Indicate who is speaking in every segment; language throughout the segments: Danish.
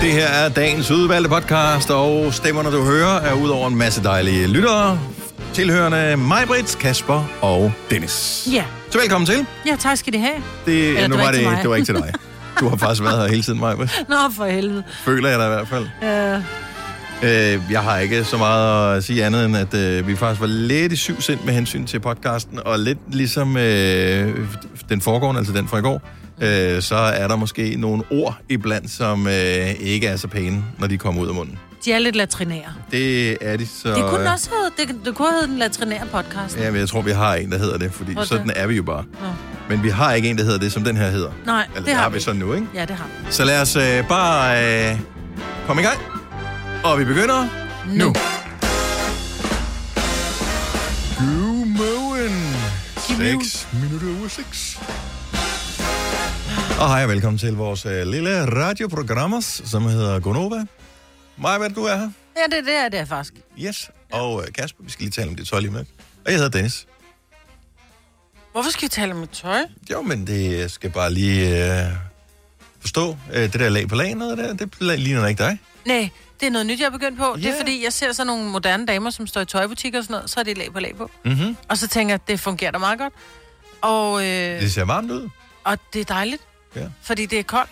Speaker 1: Det her er dagens udvalgte podcast, og stemmerne, du hører, er ud over en masse dejlige lyttere, tilhørende mig, Britt, Kasper og Dennis.
Speaker 2: Ja.
Speaker 1: Så velkommen til.
Speaker 2: Ja, tak skal de have.
Speaker 1: Det,
Speaker 2: Eller,
Speaker 1: nu
Speaker 2: det var
Speaker 1: var
Speaker 2: ikke
Speaker 1: det,
Speaker 2: til mig.
Speaker 1: det var ikke til dig. Du har faktisk været her hele tiden, Maja.
Speaker 2: Nå, for helvede.
Speaker 1: Føler jeg dig i hvert fald.
Speaker 2: Øh,
Speaker 1: Øh, jeg har ikke så meget at sige andet, end at øh, vi faktisk var lidt i syv sind med hensyn til podcasten, og lidt ligesom øh, den foregående, altså den fra i går, øh, så er der måske nogle ord iblandt, som øh, ikke er så pæne, når de kommer ud af munden.
Speaker 2: de er lidt latrinære.
Speaker 1: Det er de så... øh,
Speaker 2: Det kunne den også hedde, det, det kunne have heddet den latrinære podcast.
Speaker 1: Ja, men jeg tror, vi har en, der hedder det, fordi
Speaker 2: Tror
Speaker 1: okay.
Speaker 2: du
Speaker 1: sådan
Speaker 2: det?
Speaker 1: er vi jo bare.
Speaker 2: Nå.
Speaker 1: Men vi har ikke en, der hedder det, som den her hedder.
Speaker 2: Nej,
Speaker 1: Eller,
Speaker 2: det har
Speaker 1: Altså, vi
Speaker 2: vi
Speaker 1: så
Speaker 2: ikke.
Speaker 1: nu, ikke?
Speaker 2: Ja, det har vi.
Speaker 1: Så lad os øh, bare øh, komme i gang. Og vi begynder nu. nu. Godmorgen. 6 minutter over 6. Og hej og velkommen til vores øh, lille radioprogram, som hedder Gonova. Maja, hvad du er her?
Speaker 2: Ja, det, det er det er faktisk.
Speaker 1: Yes. Og øh, Kasper, vi skal lige tale om det tøj lige med. Og jeg hedder Dennis.
Speaker 2: Hvorfor skal vi tale om mit tøj?
Speaker 1: Jo, men det skal bare lige øh, forstå. Øh, det der lag på lag noget der, det la- ligner da ikke dig.
Speaker 2: Nej, det er noget nyt, jeg er begyndt på. Det
Speaker 1: Ja.
Speaker 2: er fordi, jeg ser sådan nogle moderne damer, som står i tøjbutikker og sådan noget, så er det lag på lag på.
Speaker 1: Mm-hmm.
Speaker 2: Og så tænker jeg, det fungerer da meget godt. Og, øh,
Speaker 1: Det ser varmt ud.
Speaker 2: og det er dejligt,
Speaker 1: Ja.
Speaker 2: fordi det er koldt.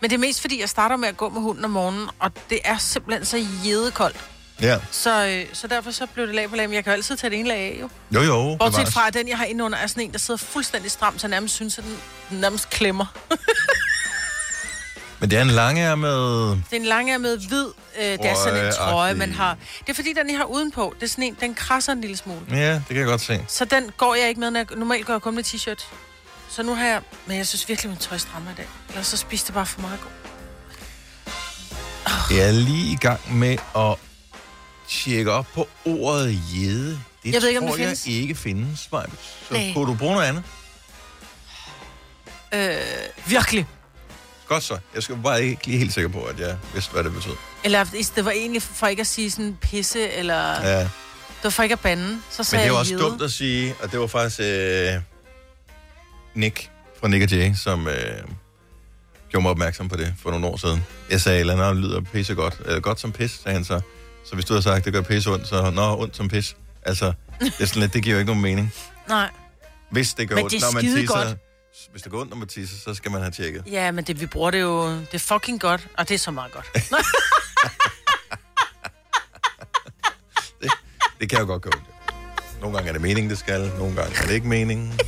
Speaker 2: Men det er mest fordi, jeg starter med at gå med hunden om morgenen, og det er simpelthen så jedekoldt.
Speaker 1: Ja.
Speaker 2: Så, øh, så derfor så blev det lag på lag, men jeg kan jo altid tage det ene lag af, jo.
Speaker 1: Jo, jo.
Speaker 2: Bortset
Speaker 1: bevares.
Speaker 2: fra, at den, jeg har inde under, er sådan en, der sidder fuldstændig stramt, så jeg nærmest synes, at den, den nærmest klemmer.
Speaker 1: Men det er en langærmet...
Speaker 2: Det er en langærmet hvid, øh, det er sådan en
Speaker 1: Trøjeagtig.
Speaker 2: trøje, man har. Det er fordi, den jeg har udenpå, det er sådan en, den krasser en lille smule.
Speaker 1: Ja, det kan jeg godt se.
Speaker 2: Så den går jeg ikke med, når jeg, normalt går jeg kun med t-shirt. Så nu har jeg, men jeg synes virkelig, min tøj strammer i dag. Ellers så spiste det bare for meget i går.
Speaker 1: Jeg er lige i gang med at tjekke op på ordet jede. Det
Speaker 2: Jeg ved ikke, om
Speaker 1: tror
Speaker 2: det findes.
Speaker 1: jeg ikke findes, Maja. Så
Speaker 2: Nej.
Speaker 1: kunne du bruge noget andet?
Speaker 2: Øh, virkelig.
Speaker 1: Godt så. Jeg skal bare ikke lige helt sikker på, at jeg vidste, hvad det betød.
Speaker 2: Eller i- det var egentlig for ikke at sige sådan pisse, eller ja.
Speaker 1: Ja.
Speaker 2: det var for ikke at bande. Så
Speaker 1: Men
Speaker 2: sagde
Speaker 1: det er jo
Speaker 2: jeg
Speaker 1: også
Speaker 2: jede.
Speaker 1: dumt at sige, og det var faktisk øh, Nick fra Nick og Jay, som øh, gjorde mig opmærksom på det for nogle år siden. Jeg sagde, at andet lyder pisse godt. Øh, godt som pis, sagde han så. Så hvis du havde sagt, det gør pisse ondt, så nå, ondt som pis. Altså, det, er sådan lidt, det giver jo ikke nogen mening.
Speaker 2: Nej.
Speaker 1: Hvis det gør
Speaker 2: Men
Speaker 1: ondt,
Speaker 2: det er
Speaker 1: når man
Speaker 2: skidegodt.
Speaker 1: tisser, hvis det går ondt, når man tisser, så skal man have tjekket.
Speaker 2: Ja, men det, vi bruger det jo, det er fucking godt, og det er så meget godt.
Speaker 1: Det, det kan jo godt gå ondt. Nogle gange er det meningen, det skal. Nogle gange er det ikke meningen.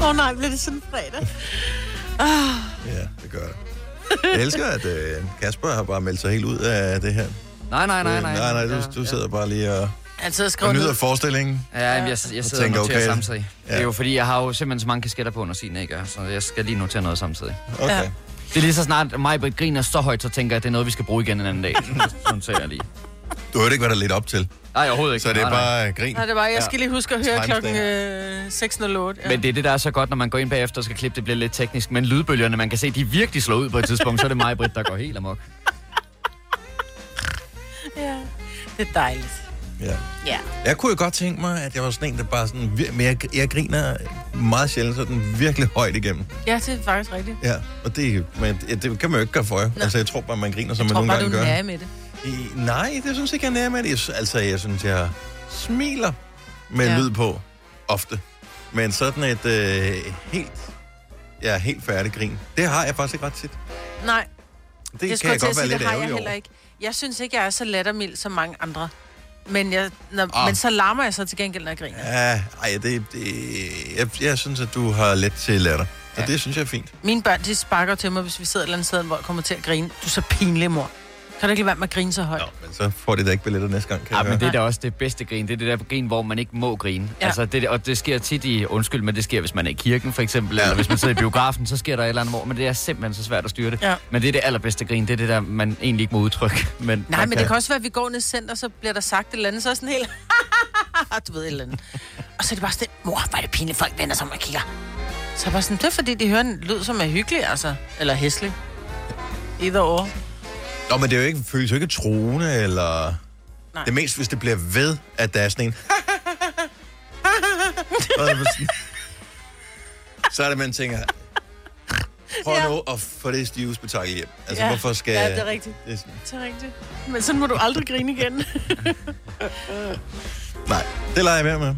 Speaker 2: Åh oh, nej, bliver det sådan fredag?
Speaker 1: Ja, det gør det. Jeg elsker, at øh, Kasper har bare meldt sig helt ud af det her. Øh,
Speaker 3: Nej, nej, nej, nej.
Speaker 1: nej, nej du, du sidder bare lige og,
Speaker 2: Altså, jeg skriver
Speaker 1: og
Speaker 2: ned.
Speaker 1: nyder forestillingen.
Speaker 3: Ja, jamen, jeg, jeg sidder og
Speaker 1: tænker,
Speaker 3: noterer okay.
Speaker 1: okay.
Speaker 3: samtidig. Ja. Det
Speaker 1: Ja.
Speaker 3: er jo fordi, jeg har jo simpelthen så mange kasketter på, når sine ikke er, så jeg skal lige notere noget samtidig.
Speaker 1: Okay. Ja.
Speaker 2: Ja.
Speaker 3: Det er lige så snart mig griner så højt, så tænker jeg, at det er noget, vi skal bruge igen en anden dag. Så noterer jeg lige.
Speaker 1: Du hørte ikke, hvad der er lidt op til,
Speaker 3: Nej, overhovedet ikke.
Speaker 1: så det
Speaker 3: nej,
Speaker 1: er
Speaker 3: nej.
Speaker 1: bare øh, grin.
Speaker 2: Nej, det var, jeg
Speaker 3: Ja.
Speaker 2: skal lige huske at høre
Speaker 1: Timestamp.
Speaker 2: klokken øh, 6.08. Ja.
Speaker 3: Men det er det, der er så godt, når man går ind bagefter og skal klippe, det bliver lidt teknisk. Men lydbølgerne, man kan se, de virkelig slår ud på et tidspunkt, så er det mig der går helt amok.
Speaker 2: ja. det er dejligt.
Speaker 1: Ja.
Speaker 2: Ja.
Speaker 1: Jeg kunne jo godt tænke mig, at jeg var sådan en, der bare sådan... vir- Men jeg, jeg griner meget sjældent sådan virkelig højt igennem.
Speaker 2: Ja, det er faktisk rigtigt.
Speaker 1: Ja, og det, men, ja, det kan man jo ikke gøre for jer. Altså, jeg tror bare, man griner, som man
Speaker 2: Jeg tror
Speaker 1: nogle
Speaker 2: bare, du
Speaker 1: gange
Speaker 2: er
Speaker 1: gør.
Speaker 2: nære med det.
Speaker 1: I- Nej, det synes jeg ikke, jeg er nær med det. Jeg sy- Altså, jeg synes, jeg smiler med ja.
Speaker 2: Ja.
Speaker 1: lyd på ofte. Men sådan et øh, helt, ja, helt færdig grin, det har jeg faktisk ikke ret tit.
Speaker 2: Nej,
Speaker 1: Det,
Speaker 2: det, det
Speaker 1: det kan
Speaker 2: skulle jeg
Speaker 1: jeg
Speaker 2: til
Speaker 1: godt
Speaker 2: at
Speaker 1: være
Speaker 2: sige, det
Speaker 1: lidt
Speaker 2: har jeg
Speaker 1: ærgerlig
Speaker 2: heller
Speaker 1: over.
Speaker 2: ikke. Jeg synes ikke, jeg er så lattermild som mange andre. Men, jeg, når,
Speaker 1: Ah.
Speaker 2: men så larmer jeg så til gengæld, når jeg griner. Ja.
Speaker 1: Ja, ej, det, det, jeg, jeg synes, at du har let til latter. Og det synes jeg er fint.
Speaker 2: Mine børn, de sparker til mig, hvis vi sidder et eller andet sted, hvor jeg kommer til at grine. Du er så pinlig, mor. Kan du ikke lade være med at grine så højt?
Speaker 1: Nå, men så får de da ikke billetter næste gang, kan
Speaker 3: Ja,
Speaker 1: jeg
Speaker 3: men det
Speaker 1: høre.
Speaker 3: er da også det bedste grin. Det er det der grin, hvor man ikke må grine.
Speaker 2: Ja.
Speaker 3: Ja. Altså, det, og det sker tit i, undskyld, men det sker, hvis man er i kirken for eksempel,
Speaker 1: Ja.
Speaker 3: ja. eller hvis man sidder i biografen, så sker der et eller andet, hvor, men det er simpelthen så svært at styre det.
Speaker 2: Ja.
Speaker 3: Men det er det allerbedste grin, det er det der, man egentlig ikke må udtrykke. Men
Speaker 2: Nej,
Speaker 3: man
Speaker 2: men det kan også være, at vi går ned i center, så bliver der sagt et eller andet, så er sådan helt... du ved et eller andet. Og så er det bare sådan, mor, hvor er det pinligt, folk vender sig om og kigger. Så er jeg bare sådan, det er fordi, de hører en lyd, som er hyggelig, altså. Eller hæslig. Either or.
Speaker 1: Nå, men det er jo ikke, føles jo ikke troende, eller... Nej.
Speaker 2: Nej.
Speaker 1: Det er mest, hvis det bliver ved, at der er sådan en... Og jeg var sådan- så er det, man tænker... prøv
Speaker 2: Ja.
Speaker 1: nu at få det stive spektakel hjem. Altså,
Speaker 2: Ja.
Speaker 1: hvorfor skal...
Speaker 4: Ja, det er rigtigt.
Speaker 1: Det er sådan-
Speaker 2: Det er rigtigt. Men sådan må du aldrig grine igen.
Speaker 1: Nej, det leger jeg mere med.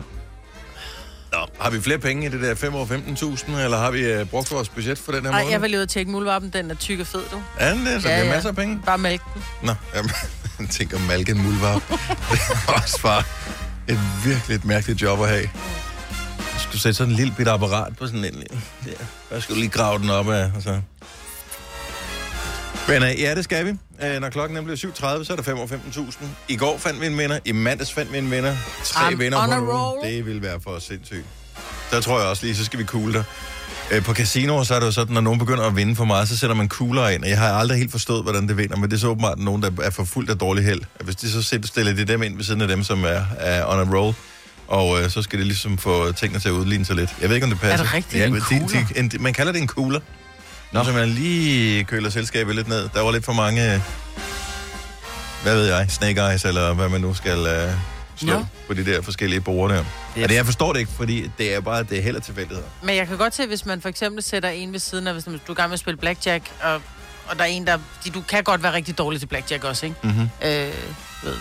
Speaker 1: Nå, har vi flere penge i det der 5 år 15.000, eller har vi øh, brugt vores budget for den her
Speaker 2: Nej,
Speaker 1: måned?
Speaker 2: jeg vil lige ud og tjekke muldvarpen. Den er tyk og fed, du.
Speaker 1: Er den det? Så
Speaker 2: Ja,
Speaker 1: ja, det er
Speaker 2: ja.
Speaker 1: masser af penge?
Speaker 2: Bare mælk den.
Speaker 1: Nå, jamen, jeg tænker Malken Mulvarp. det er også bare et virkelig et mærkeligt job at have. Jeg skulle sætte sådan en lille bitte apparat på sådan en... Ja, jeg skulle lige grave den op af, og så... Men øh, ja, det skal vi. Øh, når klokken nemlig er 7.30, så er der 5 år 15.000. I går fandt vi en vinder. I mandags fandt vi en vinder. Tre
Speaker 2: I'm
Speaker 1: vinder
Speaker 2: on
Speaker 1: på
Speaker 2: a
Speaker 1: en uge.
Speaker 2: roll.
Speaker 1: Det ville være for sindssygt. Der tror jeg også lige, så skal vi kugle dig. Øh, på casinoer, så er det jo sådan, når nogen begynder at vinde for meget, så sætter man kugler ind. Og jeg har aldrig helt forstået, hvordan det vinder, men det er så åbenbart nogen, der er for fuldt af dårlig held. At Hvis de så sætter- stiller de dem ind ved siden af dem, som er, er on a roll, og øh, så skal det ligesom få tingene til at udligne sig lidt. Jeg ved ikke, om det passer.
Speaker 2: det rigtigt?
Speaker 1: Ja,
Speaker 3: En
Speaker 1: men de,
Speaker 3: kugler?
Speaker 1: de, en, man kalder det en kugler. Nå.
Speaker 3: Nå.
Speaker 1: Så man lige køler selskabet lidt ned. Der var lidt for mange, øh, hvad ved jeg, snake eyes, eller hvad man nu skal øh, slå
Speaker 2: Nå.
Speaker 1: på de der forskellige borde der.
Speaker 3: Det
Speaker 1: Det
Speaker 3: er-
Speaker 1: er... Og det, jeg forstår det ikke, fordi det er bare, det er heller tilfældigheder.
Speaker 2: Men jeg kan godt se, hvis man for eksempel sætter en ved siden af, hvis du er i gang med at spille blackjack, og, og der er en, der... De, du kan godt være rigtig dårlig til blackjack også, ikke?
Speaker 1: Mhm.
Speaker 2: Øh, ved.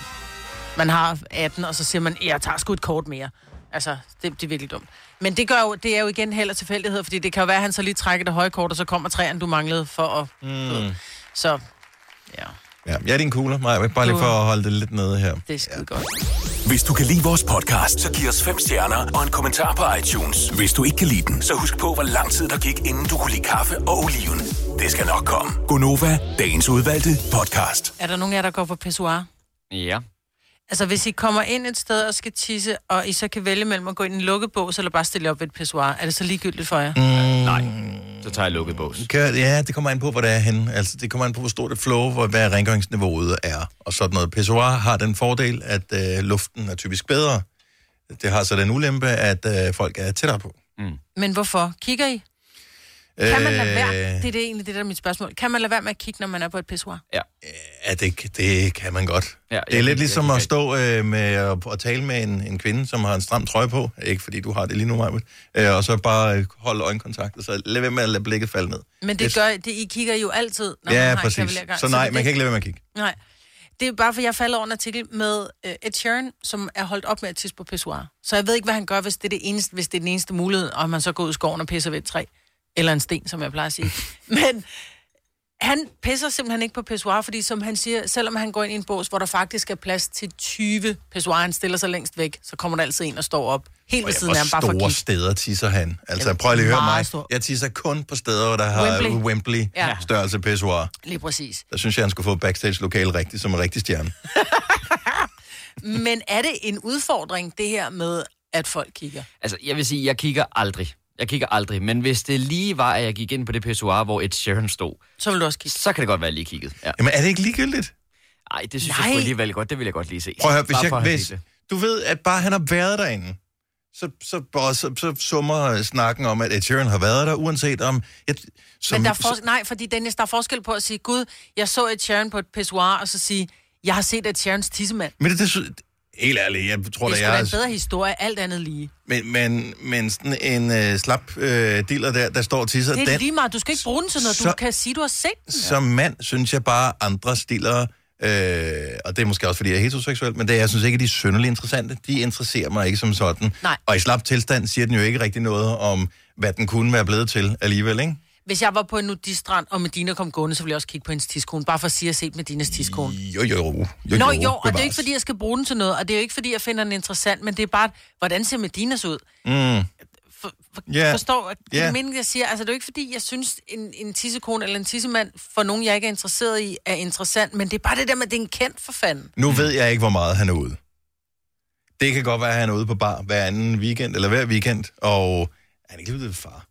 Speaker 2: Man har 18, og så siger man, jeg tager sgu et kort mere. Altså, det, det er virkelig dumt. Men det, gør jo, det er jo igen held og tilfældighed, fordi det kan jo være, at han så lige trækker det høje kort, og så kommer træerne, du manglede for at...
Speaker 1: Hmm.
Speaker 2: Mm. Så, ja,
Speaker 1: Ja, jeg er din kugler, Maja. Bare lige for at holde det lidt nede her.
Speaker 2: det er skide godt.
Speaker 5: Hvis du kan lide vores podcast, så giv os fem stjerner og en kommentar på iTunes. Hvis du ikke kan lide den, så husk på, hvor lang tid der gik, inden du kunne lide kaffe og oliven. Det skal nok komme. Gonova, dagens udvalgte podcast.
Speaker 2: Er der nogen af jer, der går på pissoir?
Speaker 3: Ja.
Speaker 2: Altså, hvis I kommer ind et sted og skal tisse, og I så kan vælge mellem at gå ind i en lukket bås, eller bare stille jer op ved et pissoir, er det så ligegyldigt for jer? Mm.
Speaker 3: Nej. Så tager jeg lukket bås.
Speaker 1: Gør, ja, det kommer an på, hvor det er henne. Altså, det kommer an på, hvor stort et flow, hvor, hvad rengøringsniveauet er. Og sådan noget. Pissoir har den fordel, at øh, luften er typisk bedre. Det har så den ulempe, at øh, folk er tættere på.
Speaker 2: Men hvorfor? Kigger I? Kan man lade være?
Speaker 1: Øh,
Speaker 2: Det er det egentlig det, der er mit spørgsmål. Kan man lade være med at kigge, når man er på et pissoir?
Speaker 3: Ja.
Speaker 1: Ja, det, det kan man godt.
Speaker 3: Ja,
Speaker 1: Ja,
Speaker 3: jeg
Speaker 1: det er
Speaker 3: kan-
Speaker 1: lidt ligesom
Speaker 3: jeg kan
Speaker 1: at
Speaker 3: ikke.
Speaker 1: stå øh, med at, at tale med en, en kvinde, som har en stram trøje på. Ikke fordi du har det lige nu, Maja. Øh, og så bare øh, holde øjenkontakt, og så lad være med at lade blikket falde ned.
Speaker 2: Men det
Speaker 1: Yes.
Speaker 2: gør, det, I kigger jo altid, når man
Speaker 1: ja,
Speaker 2: har en
Speaker 1: præcis.
Speaker 2: kavalergang.
Speaker 1: Så nej, man kan ikke lade være med at kigge.
Speaker 2: Nej. Det er bare, for jeg falder over en artikel med øh, Ed Sheeran, som er holdt op med at tisse på pissoir. Så jeg ved ikke, hvad han gør, hvis det er, det eneste, hvis det er den eneste mulighed, og man så går ud i skoven og pisser ved et træ. Eller en sten, som jeg plejer at sige. Men han pisser simpelthen ikke på pissoir, fordi som han siger, selvom han går ind i en bås, hvor der faktisk er plads til 20 pissoir, han stiller sig længst væk, så kommer der altid en og står op helt ved
Speaker 1: Og
Speaker 2: siden af ham, bare for at
Speaker 1: store
Speaker 2: kigge.
Speaker 1: steder tisser han. Altså,
Speaker 2: Jamen,
Speaker 1: prøv lige at høre
Speaker 2: meget
Speaker 1: mig.
Speaker 2: stor.
Speaker 1: Jeg tisser kun på steder, hvor der har
Speaker 2: Wembley.
Speaker 1: Wembley
Speaker 2: Ja.
Speaker 1: størrelse pissoir.
Speaker 2: Lige præcis.
Speaker 1: Der synes jeg, han skulle få backstage-lokale rigtigt, som en rigtig stjerne.
Speaker 2: Men er det en udfordring, det her med, at folk kigger?
Speaker 3: Altså, jeg vil sige, jeg kigger aldrig. Jeg kigger aldrig. Men hvis det lige var, at jeg gik ind på det pissoir, hvor et Sharon stod,
Speaker 2: Så vil du også kigge.
Speaker 3: så kan det godt være, at jeg lige kiggede. Ja.
Speaker 1: Jamen, er det ikke ligegyldigt?
Speaker 3: Ej, det synes Nej.
Speaker 2: Nej.
Speaker 3: jeg sgu alligevel godt. Det vil jeg godt lige se.
Speaker 1: Prøv at høre, hvis,
Speaker 3: Bare for
Speaker 1: jeg,
Speaker 3: at have
Speaker 1: hvis
Speaker 3: set det.
Speaker 1: du ved, at bare han har været derinde, så, så, så, så, så summer snakken om, at Ed Sheeran har været der, uanset om... Jeg, som,
Speaker 2: Men der er for... Nej, fordi Dennis, der er forskel på at sige, Gud, jeg så et Sharon på et pissoir, og så sige, jeg har set et Sharons tissemand.
Speaker 1: men det, det, sy- helt ærligt, jeg tror,
Speaker 2: Det
Speaker 1: det
Speaker 2: skulle være en
Speaker 1: er...
Speaker 2: bedre historie, alt andet lige.
Speaker 1: Men, men, men sådan en øh, slap øh, dealer der, der står og tisser,
Speaker 2: Det er
Speaker 1: den,
Speaker 2: lige meget. Du skal ikke bruge den til noget. Du
Speaker 1: så-
Speaker 2: kan sige, du har set den. altså.
Speaker 1: som mand, synes jeg bare, andre stiller, øh, og det er måske også, fordi jeg er heteroseksuel, men det, jeg synes ikke, at de er synderligt interessante. De interesserer mig ikke som sådan.
Speaker 2: Nej.
Speaker 1: Og i slap tilstand siger den jo ikke rigtig noget om, hvad den kunne være blevet til alligevel, ikke?
Speaker 2: Hvis jeg var på en nudistrand, og Medina kom gående, så ville jeg også kigge på hendes tidskone, bare for at sige, at jeg har set Medinas tidskone.
Speaker 1: Jo, jo, jo. jo
Speaker 2: Nå jo, og det er
Speaker 1: bevares.
Speaker 2: ikke, fordi jeg skal bruge den til noget, og det er jo ikke, fordi jeg finder den interessant, men det er bare, hvordan ser Medinas ud? Mm. For, for,
Speaker 1: Ja.
Speaker 2: yeah. Forstår du
Speaker 1: Ja.
Speaker 2: yeah. meningen, jeg siger? Altså, det er jo ikke, fordi jeg synes, en, en tissekone eller en tissemand, for nogen, jeg ikke er interesseret i, er interessant, men det er bare det der med, at det er en kendt for fanden.
Speaker 1: Nu ved jeg ikke, hvor meget han er ude. Det kan godt være, at han er ude på bar hver anden weekend, eller hver weekend, og han er ikke lige blevet far.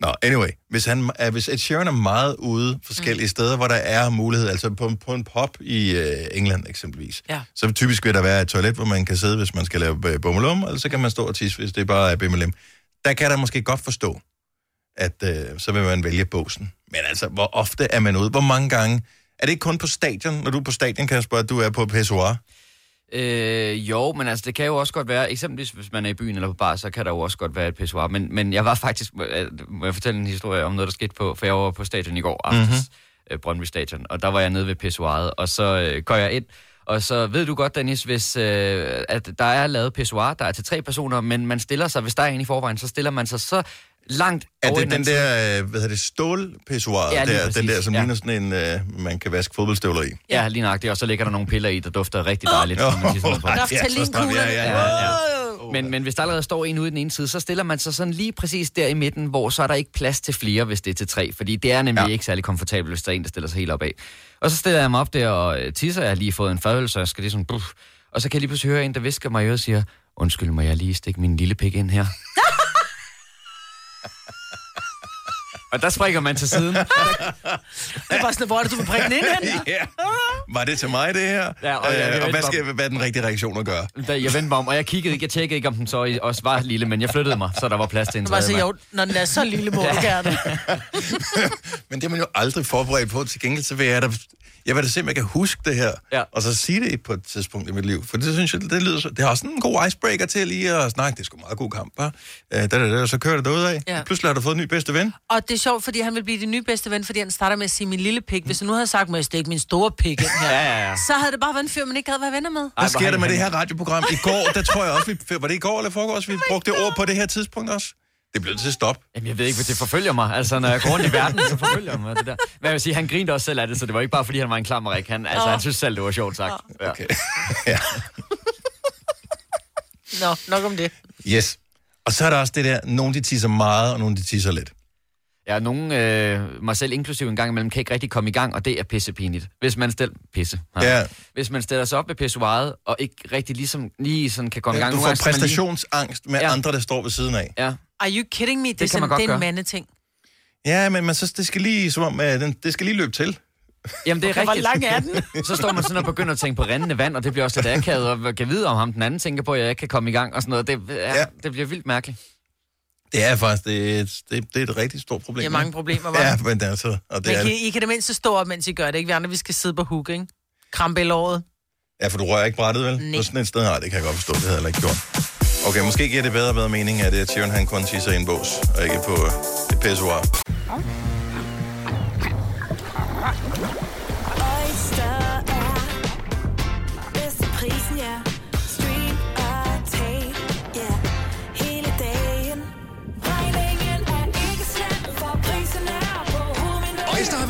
Speaker 1: Nå, anyway, hvis, han, er, hvis Ed Sheeran er meget ude forskellige mm. steder, hvor der er mulighed, altså på, på en pop i øh, England eksempelvis,
Speaker 2: Ja.
Speaker 1: så typisk vil der være et toilet, hvor man kan sidde, hvis man skal lave øh, bummelum, eller så kan man stå og tisse, hvis det bare er bimmelum. Der kan der måske godt forstå, at øh, så vil man vælge båsen. Men altså, hvor ofte er man ude? Hvor mange gange? Er det ikke kun på stadion, når du er på stadion, Kasper, at du er på PSOA?
Speaker 3: Øh, jo, men altså, det kan jo også godt være, eksempelvis hvis man er i byen eller på bar, så kan der jo også godt være et pissoir. Men, men jeg var faktisk, må øh, må jeg fortælle en historie om noget, der skete på, for jeg var på stadion i går aftes,
Speaker 1: Mm.
Speaker 3: mm-hmm. øh, Brøndby Stadion, og der var jeg nede ved pissoiret, og så øh, går jeg ind, og så ved du godt, Dennis, hvis, øh, at der er lavet pissoir, der er til tre personer, men man stiller sig, hvis der er en i forvejen, så stiller man sig så langt
Speaker 1: Er
Speaker 3: over i
Speaker 1: det den
Speaker 3: anden side.
Speaker 1: der, øh, hvad hedder det, stålpissoir?
Speaker 3: Ja, lige
Speaker 1: der, den
Speaker 3: præcis,
Speaker 1: der, som
Speaker 3: ja.
Speaker 1: ligner sådan en, øh, man kan vaske fodboldstøvler i.
Speaker 3: Ja, lige nøjagtigt. Og så ligger der nogle piller i, der dugter rigtig dejligt. Oh, man tisser ned på.
Speaker 1: Ej,
Speaker 2: Der er
Speaker 1: det er så stramt. Ja,
Speaker 2: Berlinkuglerne.
Speaker 1: ja,
Speaker 3: Ja,
Speaker 1: ja.
Speaker 3: ja. Men, men hvis der allerede står en ude i den ene side, så stiller man sig sådan lige præcis der i midten, hvor så er der ikke plads til flere, hvis det er til tre. Fordi det er nemlig
Speaker 1: Ja.
Speaker 3: ja. ikke særlig komfortabelt, hvis der er en, der stiller sig helt op af. Og så stiller jeg mig op der og øh, tisser. Jeg har lige fået en fadøl, så jeg skal lige sådan... Bruff. Og så kan jeg lige pludselig høre en, der visker mig i øret og siger, undskyld, må jeg lige stikke min lille pik ind her? og der springer man til siden.
Speaker 2: Det er bare sådan, hvor er det, du vil bringe den ind hen?
Speaker 1: Ja. Var det til mig, det her?
Speaker 3: Ja, og ja, det er
Speaker 1: øh, og hvad,
Speaker 3: vældig
Speaker 1: skal, hvad er den rigtige reaktion at gøre?
Speaker 3: Da jeg vendte mig om, og jeg kiggede ikke, jeg tjekkede ikke, om den så i- også var lille, men jeg flyttede mig, så der var plads til en
Speaker 2: Du bare
Speaker 3: tredje
Speaker 2: sige,
Speaker 3: mand.
Speaker 2: jo, når den er så lille, må du gerne.
Speaker 1: Men det er man jo aldrig forberedt på. Til gengæld så vil jeg da... Jeg vil da se, om jeg kan huske det her,
Speaker 3: Ja.
Speaker 1: og så sige det på et tidspunkt i mit liv. For det synes jeg, det lyder så... Det er også sådan en god icebreaker til lige at snakke. Det er sgu meget god kamp, bare. Øh, da, da, da, så kører det derudad. Ja.
Speaker 2: Ja.
Speaker 1: Pludselig har du fået en ny bedste ven.
Speaker 2: Og det er sjovt, fordi han vil blive din nye bedste ven, fordi han starter med at sige min lille pik. Hvis han nu havde sagt, må jeg stikke min store pik ind her,
Speaker 3: Ja, ja, ja.
Speaker 2: så havde det bare været en fyr, man ikke havde været venner med.
Speaker 1: Hvad
Speaker 3: Ej, hvor
Speaker 1: sker der
Speaker 3: han-
Speaker 1: med det her
Speaker 3: han-
Speaker 1: radioprogram? I går, der tror jeg også, vi... Var det i går eller foregårs, vi brugte det ord på det her tidspunkt også? Det blev til stop.
Speaker 3: Jamen, jeg ved ikke, hvad det forfølger mig. Altså, når jeg går rundt i verden, så forfølger mig det der. Men jeg vil sige, han grinte også selv af det, så det var ikke bare, fordi han var en klammerik. Han, altså, han synes selv, det var sjovt sagt. Ja.
Speaker 1: Okay. ja.
Speaker 2: Nå, nok om det.
Speaker 1: Yes. Og så er der også det der, nogle de tisser meget, og nogle de tisser lidt.
Speaker 3: Ja, nogen, øh, mig selv inklusiv en gang imellem, kan ikke rigtig komme i gang, og det er pissepinligt. Hvis man stiller... Pisse.
Speaker 1: Ja.
Speaker 3: Hvis man stiller sig op ved pissoiret, og ikke rigtig ligesom, lige sådan kan komme i gang.
Speaker 1: Du
Speaker 3: Nogle
Speaker 1: får
Speaker 3: gange skal man
Speaker 1: præstationsangst med
Speaker 3: Ja.
Speaker 1: andre, der står ved siden af.
Speaker 3: Lige, ja,
Speaker 2: Are you kidding me? Det, det er
Speaker 3: kan man
Speaker 2: simpelthen
Speaker 3: godt
Speaker 2: det er en
Speaker 3: gøre.
Speaker 2: mandeting.
Speaker 1: Ja, men man synes, det skal lige, som om, øh, den, det skal lige løbe til.
Speaker 3: Jamen, det er
Speaker 2: Okay, hvor
Speaker 3: rigtigt.
Speaker 2: lang er den?
Speaker 3: så står man sådan og begynder at tænke på rendende vand, og det bliver også lidt akavet, og kan vide om ham den anden tænker på, at jeg ikke kan komme i gang og sådan noget. Det, ja,
Speaker 1: Ja.
Speaker 3: ja. det bliver vildt mærkeligt.
Speaker 1: Det er faktisk det, er et- det, det er et rigtig stort problem.
Speaker 2: Det er mange
Speaker 1: ikke?
Speaker 2: problemer, var.
Speaker 1: Ja,
Speaker 2: Ja,
Speaker 1: men det er så. Og det
Speaker 2: men
Speaker 1: er, det.
Speaker 2: I, I, kan det mindste stå op, mens I gør det, ikke? Vi andre, vi skal sidde på hook, ikke? Krampe i låret.
Speaker 1: ja, for du rører ikke brættet, vel?
Speaker 2: Nej.
Speaker 1: På sådan et sted, nej, det kan jeg godt forstå, det havde jeg heller ikke gjort. Okay, måske giver det bedre og bedre mening, at det er Tyrion, han kun tisser i en bås, og ikke på øh, et pissoir.
Speaker 4: Oyster er bedst til prisen, ja. Stream og tag, ja. Hele dagen. Regningen er ikke slem, for prisen er på
Speaker 5: Øjster har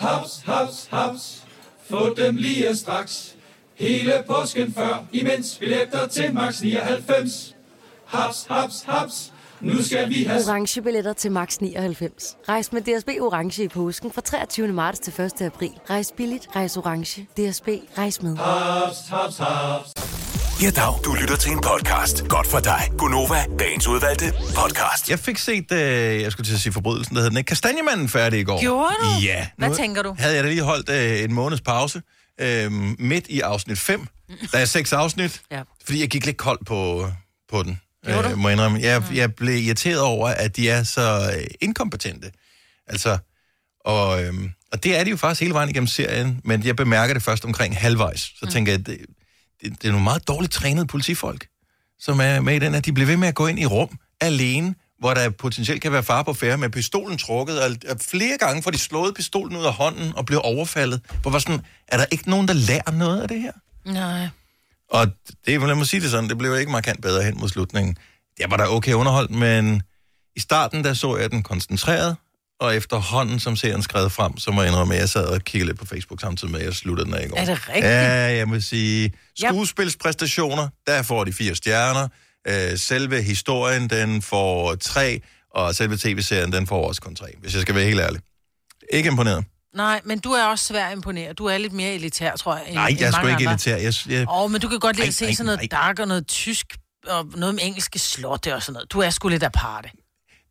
Speaker 6: Haps, haps, haps. Få dem lige straks. Hele påsken før, imens billetter til max 99. Haps, haps, haps. Nu skal vi have
Speaker 7: Orange billetter til max 99. Rejs med DSB Orange i påsken fra 23. marts til 1. april. Rejs billigt, rejs orange. DSB, rejs med.
Speaker 6: haps, haps, haps.
Speaker 5: Ja, dag. Du lytter til en podcast. Godt for dig. Gunova, dagens udvalgte podcast.
Speaker 1: Jeg fik set, øh, jeg skulle til at sige forbrydelsen, der hed den ikke, Kastanjemanden færdig i går.
Speaker 2: Gjorde du?
Speaker 1: Ja.
Speaker 2: Hvad
Speaker 1: Nu
Speaker 2: tænker du?
Speaker 1: Havde jeg da lige holdt øh, en måneds pause øh, midt i afsnit 5. Der er seks afsnit,
Speaker 2: Ja.
Speaker 1: fordi jeg gik lidt kold på, på den. øh,
Speaker 2: Gjorde du? Mm.
Speaker 1: må jeg indrømme. Jeg, jeg blev irriteret over, at de er så øh, inkompetente. Altså, og, øh, og det er de jo faktisk hele vejen igennem serien, men jeg bemærker det først omkring halvvejs. Så mm. tænker jeg, det, det, det er nogle meget dårligt trænede politifolk, som er med i den, at de bliver ved med at gå ind i rum alene, hvor der potentielt kan være far på færre, med pistolen trukket, og og flere gange får de slået pistolen ud af hånden og bliver overfaldet. Hvor var sådan, er der ikke nogen, der lærer noget af det her?
Speaker 2: Nej.
Speaker 1: Og det, lad mig sige det sådan, det blev ikke markant bedre hen mod slutningen. Jeg var da okay underholdt, men i starten, der så jeg den koncentreret, og efterhånden, som serien skred frem, så må jeg indrømme, at jeg sad og kiggede lidt på Facebook samtidig med, at jeg sluttede den af i går.
Speaker 2: Er det rigtigt?
Speaker 1: Ja, jeg må sige, skuespilspræstationer, der får de fire stjerner. Øh, selve historien, den får tre, og selve tv-serien, den får også kun tre, hvis jeg skal være helt ærlig. Ikke imponeret.
Speaker 2: Nej, men du er også svær at imponere. Du er lidt mere elitær, tror jeg. end-
Speaker 1: Nej,
Speaker 2: end
Speaker 1: jeg er sgu
Speaker 2: mange
Speaker 1: ikke
Speaker 2: andre.
Speaker 1: elitær. Jeg, jeg,
Speaker 2: Åh, oh, men du kan godt lide
Speaker 1: Øh, Ej,
Speaker 2: at
Speaker 1: ej,
Speaker 2: se sådan noget
Speaker 1: ej.
Speaker 2: dark og noget tysk og noget med engelske slotte og sådan noget. Du er sgu lidt aparte.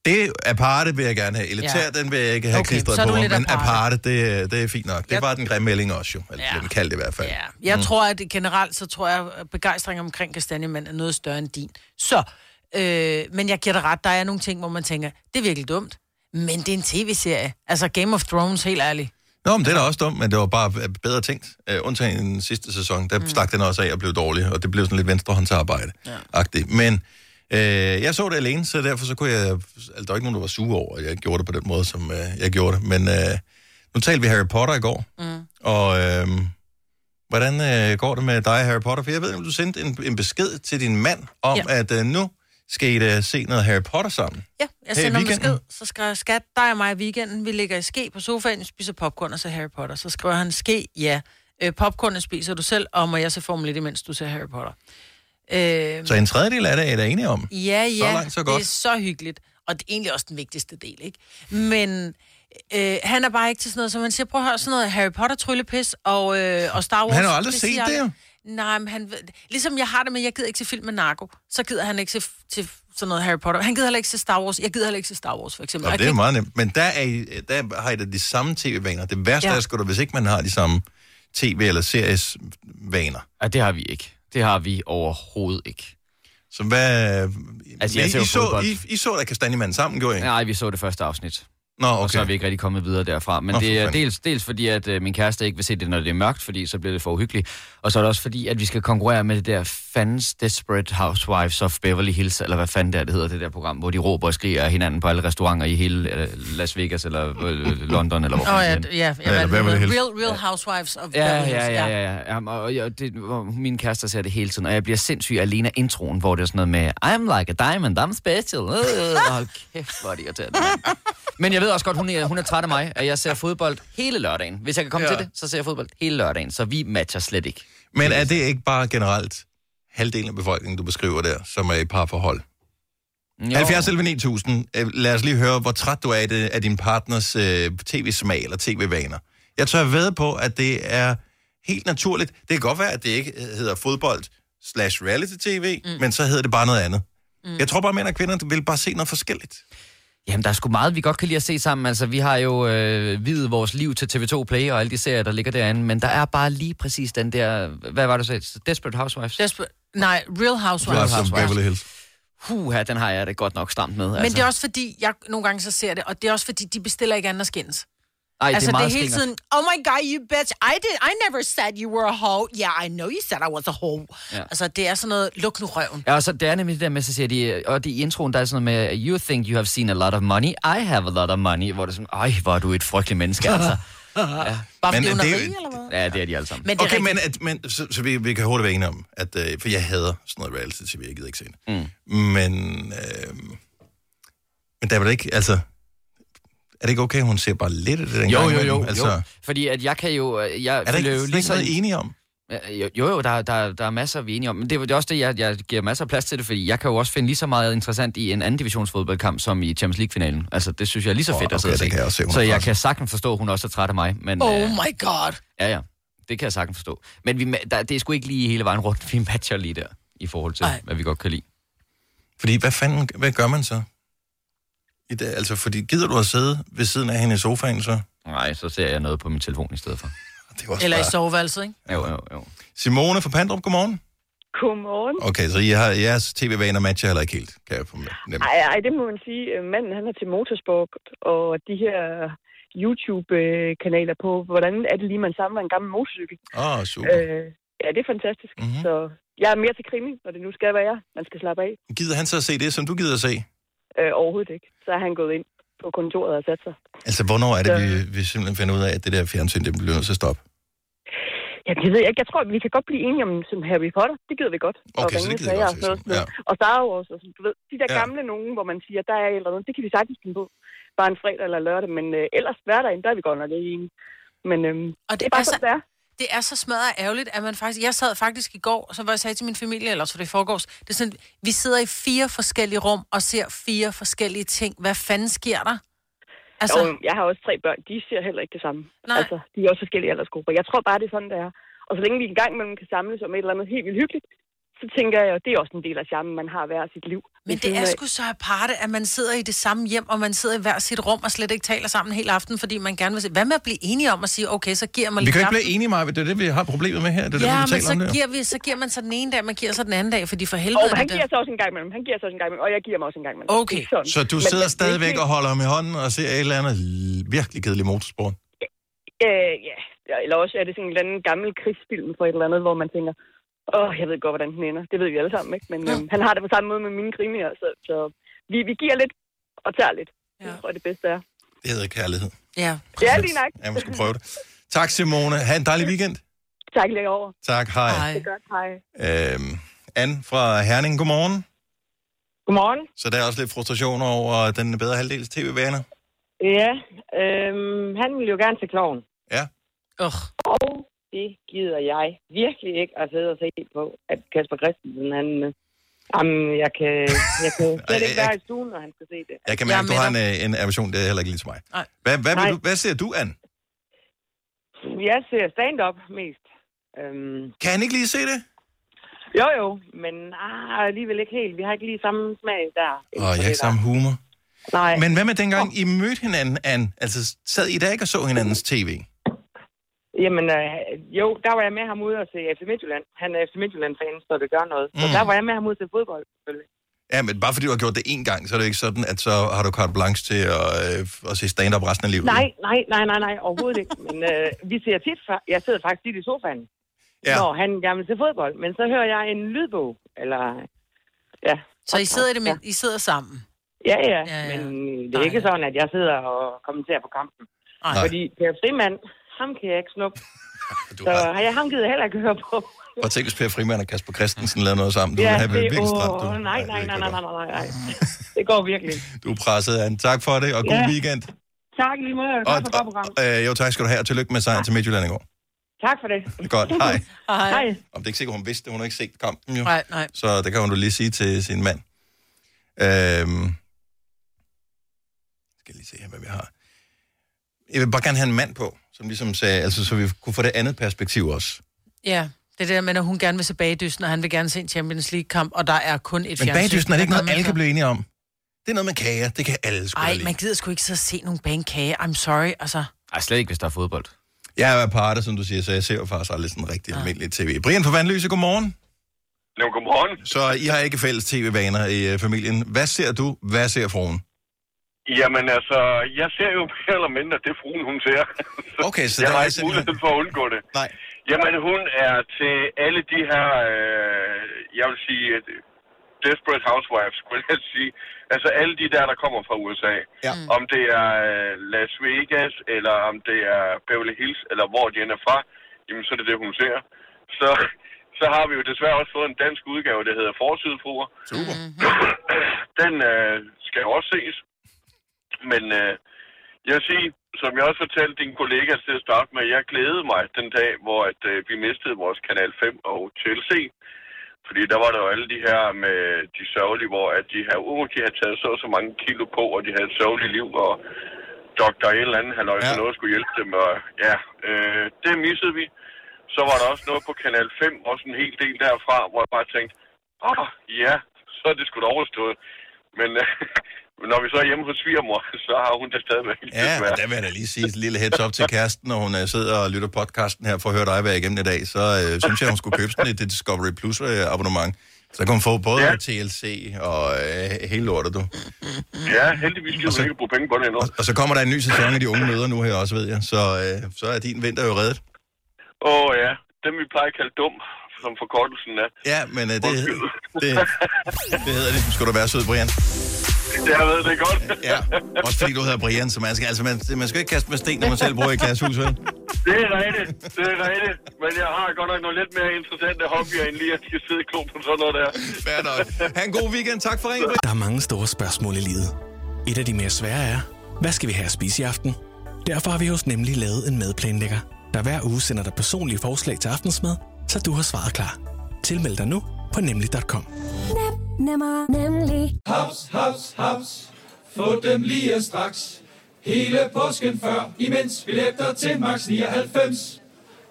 Speaker 1: Det aparte vil jeg gerne have. Elitær, ja.
Speaker 2: Ja.
Speaker 1: den vil jeg ikke have okay,
Speaker 2: Okay,
Speaker 1: klistret
Speaker 2: så er
Speaker 1: på,
Speaker 2: du
Speaker 1: mig,
Speaker 2: lidt
Speaker 1: men aparte,
Speaker 2: aparte.
Speaker 1: det, det er fint nok. Det
Speaker 2: Jeg-
Speaker 1: var den grimme melding også jo, eller ja.
Speaker 2: Ja.
Speaker 1: den kaldte i hvert fald.
Speaker 2: Ja. Jeg mm. tror, at generelt, så tror jeg, at begejstringen omkring kastanjemænd er noget større end din. Så, øh, men jeg giver dig ret, der er nogle ting, hvor man tænker, det er virkelig dumt, men det er en tv-serie. Altså Game of Thrones, helt ærligt.
Speaker 1: Nå, men det er da også dumt, men det var bare bedre tænkt. Øh, undtagen den sidste sæson, der mm. stak den også af og blev dårlig, og det blev sådan lidt venstrehåndsarbejde ja. Men øh, jeg så det alene, så derfor så kunne jeg... Altså, der var ikke nogen, der var sure over, at jeg gjorde det på den måde, som øh, jeg gjorde det. Men øh, nu talte vi Harry Potter i går, mm. og... Øh, Hvordan øh, går det med dig, Harry Potter? For jeg ved, at du sendte en, en besked til din mand om, ja.
Speaker 2: Ja.
Speaker 1: at øh, nu skal I da se noget Harry Potter sammen.
Speaker 2: Ja, jeg
Speaker 1: Her i
Speaker 2: sender hey,
Speaker 1: weekenden?
Speaker 2: besked, så skriver jeg, skat, dig og mig i weekenden, vi ligger i ske på sofaen, spiser popcorn og ser Harry Potter. Så skriver han, ske, ja, øh, popcornet spiser du selv, og må jeg se Formel 1, imens du ser Harry Potter. Øh,
Speaker 1: Så en tredjedel af det er jeg da enige om.
Speaker 2: Ja,
Speaker 1: Så
Speaker 2: ja.
Speaker 1: langt, så
Speaker 2: Det
Speaker 1: godt.
Speaker 2: er så hyggeligt. Og det er egentlig også den vigtigste del, ikke? Men øh, han er bare ikke til sådan noget, som man siger, prøv at høre, sådan noget Harry Potter-tryllepis og, øh, og Star Wars.
Speaker 1: han har jo aldrig set
Speaker 2: siger jeg
Speaker 1: det, jo.
Speaker 2: Nej, men han, ved- ligesom jeg har det med, jeg gider ikke til film med narko, så gider han ikke til, til sådan noget Harry Potter. Han gider heller ikke til Star Wars. Jeg gider heller ikke til Star Wars, for eksempel.
Speaker 1: Nå,
Speaker 2: Jeg
Speaker 1: det er
Speaker 2: kan
Speaker 1: meget nemt. Men der, er I, der har I da de samme tv-vaner. Det værste ja.
Speaker 2: Ja.
Speaker 1: er sgu da, hvis ikke man har de samme tv- eller series-vaner.
Speaker 3: Ja, det har vi ikke. Det har vi overhovedet ikke.
Speaker 1: Så hvad...
Speaker 3: Altså,
Speaker 1: I,
Speaker 3: jeg
Speaker 1: I,
Speaker 3: ser jo
Speaker 1: så,
Speaker 3: fodbold.
Speaker 1: I, I så da Kastanjemanden sammen, gjorde I? Ja.
Speaker 3: Nej, vi så det første afsnit.
Speaker 1: Nå,
Speaker 3: Okay. Og så
Speaker 1: okay.
Speaker 3: er vi ikke rigtig kommet videre derfra. Men
Speaker 1: Nå,
Speaker 3: Nå,
Speaker 1: for
Speaker 3: det er
Speaker 1: fanden.
Speaker 3: dels, dels fordi, at øh, min kæreste ikke vil se det, når det er mørkt, fordi så bliver det for uhyggeligt. Og så er det også fordi, at vi skal konkurrere med det der fans Desperate Housewives of Beverly Hills, eller hvad fanden det er, det hedder, det der program, hvor de råber og skriger af hinanden på alle restauranter i hele øh, Las Vegas eller øh, London, eller hvor
Speaker 2: Åh,
Speaker 3: fanden
Speaker 2: ja,
Speaker 3: det er.
Speaker 2: d- ja, ja,
Speaker 1: eller
Speaker 2: ja
Speaker 1: Beverly Hills.
Speaker 2: Real, real Housewives of
Speaker 3: Ja,
Speaker 2: Beverly Hills.
Speaker 3: ja, ja, ja, ja. Jamen, og, og det, hvor min kæreste ser det hele tiden, og jeg bliver sindssyg alene af introen, hvor det er sådan noget med, I'm like a diamond, I'm special. Øh, hold kæft, hvor er det irriterende. mand. Men jeg ved også godt, hun er, hun er træt af mig, at jeg ser fodbold hele lørdagen. Hvis jeg kan komme
Speaker 1: Ja.
Speaker 3: ja. til det, så ser jeg fodbold hele lørdagen, så vi matcher slet ikke.
Speaker 1: Men er det ikke bare generelt halvdelen af befolkningen, du beskriver der, som er i parforhold?
Speaker 3: Jo.
Speaker 1: 70 11 9000. Øh, Lad os lige høre, hvor træt du er af, det, af din partners øh, tv-smag eller tv-vaner. Jeg tør ved på, at det er helt naturligt. Det kan godt være, at det ikke øh, hedder fodbold slash reality-tv, mm. men så hedder det bare noget andet. Mm. Jeg tror bare, at mænd og kvinder vil bare se noget forskelligt.
Speaker 3: Jamen, der er sgu meget, vi godt kan lide at se sammen. Altså, vi har jo øh, videt vores liv til TV2 Play og alle de serier, der ligger derinde. Men der er bare lige præcis den der... Hvad var det, du sagde? Desperate Housewives?
Speaker 2: Desper- nej, Real
Speaker 1: Du har
Speaker 2: Housewives.
Speaker 1: som Beverly Hills.
Speaker 3: Huha, den har jeg det godt nok stramt med. altså.
Speaker 2: Men det er også fordi, jeg nogle gange så ser det, og det er også fordi, de bestiller ikke andet skins.
Speaker 3: Ej,
Speaker 2: altså, det er, hele
Speaker 3: skingert.
Speaker 2: tiden, oh my god, you bitch, I, did, I never said you were a hoe. Yeah, I know you said I was a hoe.
Speaker 3: Ja.
Speaker 2: Ja. Altså, det er sådan noget, luk nu røven.
Speaker 3: Ja, og så det er nemlig det der med, så siger de, øh, og det i introen, der er sådan noget med, you think you have seen a lot of money, I have a lot of money, hvor det er sådan, ej, hvor er du et frygteligt menneske, altså.
Speaker 2: Bare
Speaker 1: Men
Speaker 2: fordi
Speaker 1: er
Speaker 2: hun er
Speaker 1: det-
Speaker 2: rig, eller hvad?
Speaker 3: Ja, det er de alle sammen.
Speaker 2: Men det er
Speaker 1: Okay,
Speaker 2: rigtigt.
Speaker 1: men, at, men så, så vi, vi kan hurtigt være enige om, at, øh, for jeg hader sådan noget reality-tv, jeg gider ikke se det. Mm. Men, øh, men der er vel ikke, altså, er det ikke okay, at hun ser bare lidt af det? en gang imellem? Altså,
Speaker 3: Fordi at jeg kan jo... øh, Jeg
Speaker 1: Er der ikke,
Speaker 3: jo
Speaker 1: slet ikke
Speaker 3: så-
Speaker 1: noget enige om?
Speaker 3: Ja, Jo, jo, der, der, der er masser, vi er enige om. Men det er jo- det er også det, jeg, jeg giver masser af plads til det, fordi jeg kan jo også finde lige så meget interessant i en anden divisionsfodboldkamp, som i Champions League-finalen. Altså, det synes jeg er lige så
Speaker 1: Åh,
Speaker 3: fedt at sidde
Speaker 1: okay,
Speaker 3: og se.
Speaker 1: det kan jeg også se, hun er
Speaker 3: så jeg
Speaker 1: presset.
Speaker 3: kan sagtens forstå, at hun også er træt af mig. Men,
Speaker 2: Oh
Speaker 3: øh,
Speaker 2: my god.
Speaker 3: Ja, ja. Det kan jeg sagtens forstå. Men vi, ma- der, det er sgu ikke lige hele vejen rundt, vi matcher lige der, i forhold til,
Speaker 2: Ej.
Speaker 3: hvad vi godt kan lide.
Speaker 1: Fordi hvad fanden, hvad gør man så? I det, altså, fordi gider du at sidde ved siden af hende i sofaen, så?
Speaker 3: Nej, så ser jeg noget på min telefon i stedet for.
Speaker 1: Det er jo også
Speaker 2: Eller i
Speaker 1: bare-
Speaker 2: soveværelset, ikke?
Speaker 3: Jo, jo, jo.
Speaker 1: Simone fra Pandrup, godmorgen.
Speaker 8: Godmorgen.
Speaker 1: Okay, så I har, jeres tv-vaner matcher heller ikke helt, kan jeg få nemt.
Speaker 8: Ej, ej, det må man sige. Øh, Manden, han er til motorsport, og de her YouTube-kanaler på, hvordan er det lige, man samler en gammel motorcykel.
Speaker 1: Åh, oh, super.
Speaker 8: Øh, ja, det er fantastisk.
Speaker 1: Mhm.
Speaker 8: Mm-hmm. Så jeg er mere til krimi, når det nu skal være. Man skal slappe af.
Speaker 1: Gider han så at se det, som du gider at se?
Speaker 8: Øh, overhovedet ikke. Så er han gået ind på kontoret og sat sig.
Speaker 1: Altså, hvornår er det,
Speaker 8: Så-
Speaker 1: vi, vi simpelthen finder ud af, at det der fjernsyn, det bliver nødt til at stoppe?
Speaker 8: Ja, det ved jeg ikke. Jeg tror, vi kan godt blive enige om sådan Harry Potter. Det gider vi godt.
Speaker 1: Okay, så det gider vi godt se
Speaker 8: godt. Ja. Og Star Wars og sådan, du ved. De der ja. gamle nogen, hvor man siger, der er et eller andet. Det kan vi sagtens finde på. Bare en fredag eller lørdag. Men øh, ellers hverdagen, der er vi godt nok ikke enige. Men øhm,
Speaker 2: Og det,
Speaker 8: er bare sådan, det er.
Speaker 2: Altså, det er så smadret ærgerligt, at man faktisk... Jeg sad faktisk i går, så var jeg sagde til min familie, eller så var det i forgårs, det er sådan, vi sidder i fire forskellige rum og ser fire forskellige ting. Hvad fanden sker der?
Speaker 8: Altså... Jo, jeg har også tre børn. De ser heller ikke det samme. Nej. Altså, de er også forskellige aldersgrupper. Jeg tror bare, det er sådan, det er. Og så længe vi en gang imellem kan samles om et eller andet helt vildt hyggeligt, så tænker jeg, at det er også en del af charmen, man har hver sit liv.
Speaker 2: Men det er sgu så aparte, at man sidder i det samme hjem, og man sidder i hver sit rum og slet ikke taler sammen hele aften, fordi man gerne vil se... Hvad med at blive enige om at sige, okay, så giver man
Speaker 1: Vi
Speaker 2: lidt
Speaker 1: kan ikke
Speaker 2: kaffe?
Speaker 1: blive enige, Maja. Det er det, vi har problemet med her. Det er
Speaker 2: ja,
Speaker 1: det, vi
Speaker 2: men
Speaker 1: taler om
Speaker 2: så
Speaker 1: der.
Speaker 2: giver, vi, så giver man så den ene dag, man giver så den anden dag, fordi for
Speaker 8: Og
Speaker 2: helvede... er
Speaker 8: han
Speaker 2: det-
Speaker 8: giver sig også en gang imellem. Han giver sig også en gang imellem, og jeg giver mig også en gang imellem.
Speaker 2: Okay.
Speaker 8: Det er sådan.
Speaker 1: Så du
Speaker 8: Men-
Speaker 1: sidder
Speaker 8: men-
Speaker 1: stadigvæk
Speaker 8: men-
Speaker 1: og holder ham i hånden og ser et eller andet l- virkelig kedelig motorsport.
Speaker 8: Øh, ja, eller også er det sådan en eller anden gammel krigsfilm fra et eller andet, hvor man tænker, åh, jeg ved godt, hvordan den ender. Det ved vi alle sammen, ikke? Men øhm, han har det på samme måde med mine krimier, så, så vi, vi giver lidt og tager lidt. Ja. Det tror jeg, det bedste er.
Speaker 1: Det hedder kærlighed.
Speaker 2: Ja.
Speaker 8: Ja, lige nok.
Speaker 1: Ja, man skal prøve det. Tak, Simone. Ha' en dejlig weekend.
Speaker 8: Tak lige over.
Speaker 1: Tak, hej.
Speaker 8: Det er godt, hej.
Speaker 1: Øhm, Anne fra Herning, godmorgen.
Speaker 9: Godmorgen.
Speaker 1: Så der er også lidt frustration over den bedre halvdels tv-vaner.
Speaker 9: Ja, øhm, han ville jo gerne til kloven.
Speaker 1: Ja.
Speaker 2: Oh.
Speaker 9: Og det gider jeg virkelig ikke at sidde og se på, at Kasper Christensen, han... øh, Jamen, jeg kan, jeg kan slet ikke
Speaker 1: jeg-
Speaker 9: være i stuen, når han skal se det.
Speaker 1: Jeg kan mærke, at du har en, øh, en aversion. Det er heller ikke lige til mig.
Speaker 2: Nej.
Speaker 1: Hvad, hvad, vil
Speaker 9: Nej.
Speaker 1: du, hvad ser du, Anne?
Speaker 9: Jeg ser stand-up mest. Øhm,
Speaker 1: kan han ikke lige se det?
Speaker 9: Jo, jo, men ah, alligevel ikke helt. Vi har ikke lige samme smag der.
Speaker 1: Åh, jeg har ikke samme humor.
Speaker 9: Nej.
Speaker 1: Men hvad med dengang, I mødte hinanden, Anne? Altså, sad I der ikke og så hinandens tv?
Speaker 9: Jamen, øh, jo, der var jeg med ham ude og se FC Midtjylland. Han er FC Midtjylland-fan, så det gør noget. Mm. Så
Speaker 1: Mm.
Speaker 9: der var jeg med ham ude til fodbold, selvfølgelig.
Speaker 1: Ja, men bare fordi du har gjort det én gang, så er det jo ikke sådan, at så har du carte blanche til at, øh, at se stand-up resten af livet.
Speaker 9: Nej, nej, nej, nej, nej, overhovedet ikke. Men øh, vi ser tit, fa- jeg sidder faktisk tit i sofaen,
Speaker 1: Ja.
Speaker 9: ja. når han gerne vil til fodbold. Men så hører jeg en lydbog, eller... Ja.
Speaker 2: Så I sidder, i det, men I sidder sammen?
Speaker 9: Ja, ja, ja, ja. men det er ikke sådan, at jeg sidder og kommenterer på kampen.
Speaker 2: Nej.
Speaker 9: Fordi Per Frimand, ham kan jeg ikke snuppe. så har... jeg ham gider jeg heller ikke høre på.
Speaker 1: Og tænk, hvis Per Frimand og Kasper Christensen lavede noget sammen. Du
Speaker 9: ja,
Speaker 1: ville have
Speaker 9: det,
Speaker 1: virkelig stramt.
Speaker 9: åh,
Speaker 1: Du,
Speaker 9: nej, nej, nej, nej, nej, nej, nej. Det går virkelig. ikke.
Speaker 1: du er presset, Anne. Tak for det, og god
Speaker 9: Ja.
Speaker 1: weekend.
Speaker 9: Tak i lige måde, og
Speaker 1: Og,
Speaker 9: tak for godt program.
Speaker 1: og, øh, jo, tak skal du have, og tillykke med sejren til Midtjylland i går.
Speaker 9: Tak for det.
Speaker 1: Det er Godt, hej.
Speaker 2: Hej.
Speaker 9: Hej.
Speaker 1: Om det er ikke sikkert, hun vidste det. Hun har ikke set kampen, jo.
Speaker 2: Nej, nej.
Speaker 1: Så det kan hun jo lige sige til sin mand. Øhm, skal jeg lige se her, hvad vi har. Jeg vil bare gerne have en mand på, som ligesom sagde, altså, så vi kunne få det andet perspektiv også.
Speaker 2: Ja, det er det der med, at hun gerne vil se bagdysten, og han vil gerne se en Champions League-kamp, og der er kun et
Speaker 1: Men
Speaker 2: fjernsyn.
Speaker 1: bagdysten er det ikke
Speaker 2: der
Speaker 1: noget, alle
Speaker 2: med
Speaker 1: kan blive enige om. Det er noget med kager. Det kan alle sgu da
Speaker 2: Ej,
Speaker 1: lide.
Speaker 2: man gider sgu ikke så se nogle bagkage. I'm sorry, altså.
Speaker 1: Ej, slet ikke, hvis der er fodbold. Jeg er aparte, som du siger, så jeg ser jo faktisk aldrig sådan rigtig almindelig tv. Brian fra Vandløse, godmorgen.
Speaker 10: Jo, godmorgen.
Speaker 1: Så I har ikke fælles tv-vaner i øh, familien. Hvad ser du? Hvad ser fruen?
Speaker 10: Jamen altså, jeg ser jo mere eller mindre det, fruen hun ser.
Speaker 1: Okay, så
Speaker 10: jeg
Speaker 1: der
Speaker 10: har
Speaker 1: er
Speaker 10: ikke
Speaker 1: simpelthen-
Speaker 10: mulighed for at undgå det.
Speaker 1: Nej.
Speaker 10: Jamen hun er til alle de her, øh, jeg vil sige, øh, desperate housewives, skulle jeg sige. Altså alle de der, der kommer fra USA.
Speaker 1: Ja.
Speaker 10: Om det er øh, Las Vegas, eller om det er Beverly Hills, eller hvor de end er fra, jamen så er det det, hun ser. Så, så har vi jo desværre også fået en dansk udgave, der hedder Forsydefruer.
Speaker 1: Super.
Speaker 10: Den øh, skal jo også ses. Men øh, jeg vil sige, som jeg også fortalte din kollega til at starte med, jeg glædede mig den dag, hvor at, øh, vi mistede vores Kanal 5 og TLC. Fordi der var der jo alle de her med de sørgelige, hvor at de her uger, de havde taget så og så mange kilo på, og de havde et sørgeligt liv, og doktor et eller andet, halløj, ja. noget skulle hjælpe dem, og ja, øh, det missede vi. Så var der også noget på Kanal 5, også en hel del derfra, hvor jeg bare tænkte, åh, ja, så er det sgu da overstået. Men øh, når vi så er hjemme hos svigermor, så har hun det stadigvæk.
Speaker 1: Ja, men der vil jeg da lige sige et lille heads up til kæresten, når hun øh, sidder og lytter podcasten her for at høre dig være igennem i dag, så øh, synes jeg, hun skulle købe sådan et Discovery Plus øh, abonnement. Så kan hun få både ja. TLC og øh, hele lortet, du.
Speaker 10: Ja, heldigvis kan hun ikke bruge penge på det endnu.
Speaker 1: Og så kommer der en ny sæson af De Unge Møder nu her også, ved jeg. Så, øh, så er din vinter jo reddet.
Speaker 10: Åh oh, ja, dem vi plejer at kalde dum, som forkortelsen er.
Speaker 1: Ja, men øh, det, det, det hedder det. Du skal da være sød, Brian.
Speaker 10: Jeg ved det godt.
Speaker 1: Ja, også fordi du hedder Brian, så man skal, altså, man, man skal ikke kaste med sten, når man selv bor i et glashus, vel?
Speaker 10: Det er rigtigt, det er rigtigt. Men jeg har godt nok nogle lidt mere interessante hobbyer, end lige at skal sidde og glo på sådan noget der.
Speaker 1: Fair nok. Ha' en god weekend. Tak for ringen.
Speaker 11: Der er mange store spørgsmål i livet. Et af de mere svære er, hvad skal vi have at spise i aften? Derfor har vi hos Nemlig lavet en madplanlægger, der hver uge sender dig personlige forslag til aftensmad, så du har svaret klar. Tilmeld dig nu på nemlig.com.
Speaker 4: Nem, nemmer, nemlig.
Speaker 6: Haps, haps, haps. Få dem lige straks. Hele påsken før, imens billetter til max 99.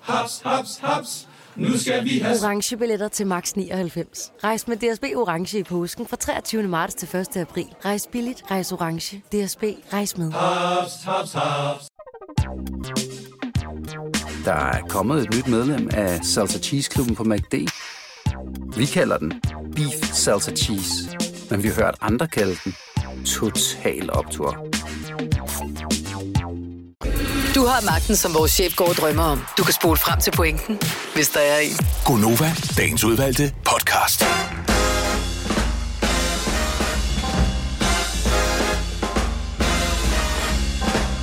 Speaker 6: Haps, haps, haps. Nu skal vi have
Speaker 7: orange billetter til max 99. Rejs med DSB orange i påsken fra 23. marts til 1. april. Rejs billigt, rejs orange. DSB rejs med.
Speaker 6: Haps, haps, haps.
Speaker 12: Der er kommet et nyt medlem af Salsa Cheese Klubben på MACD. Vi kalder den Beef Salsa Cheese, men vi har hørt andre kalde den Total Optor.
Speaker 13: Du har magten, som vores chef går og drømmer om. Du kan spole frem til pointen, hvis der er en.
Speaker 5: Gonova, dagens udvalgte podcast.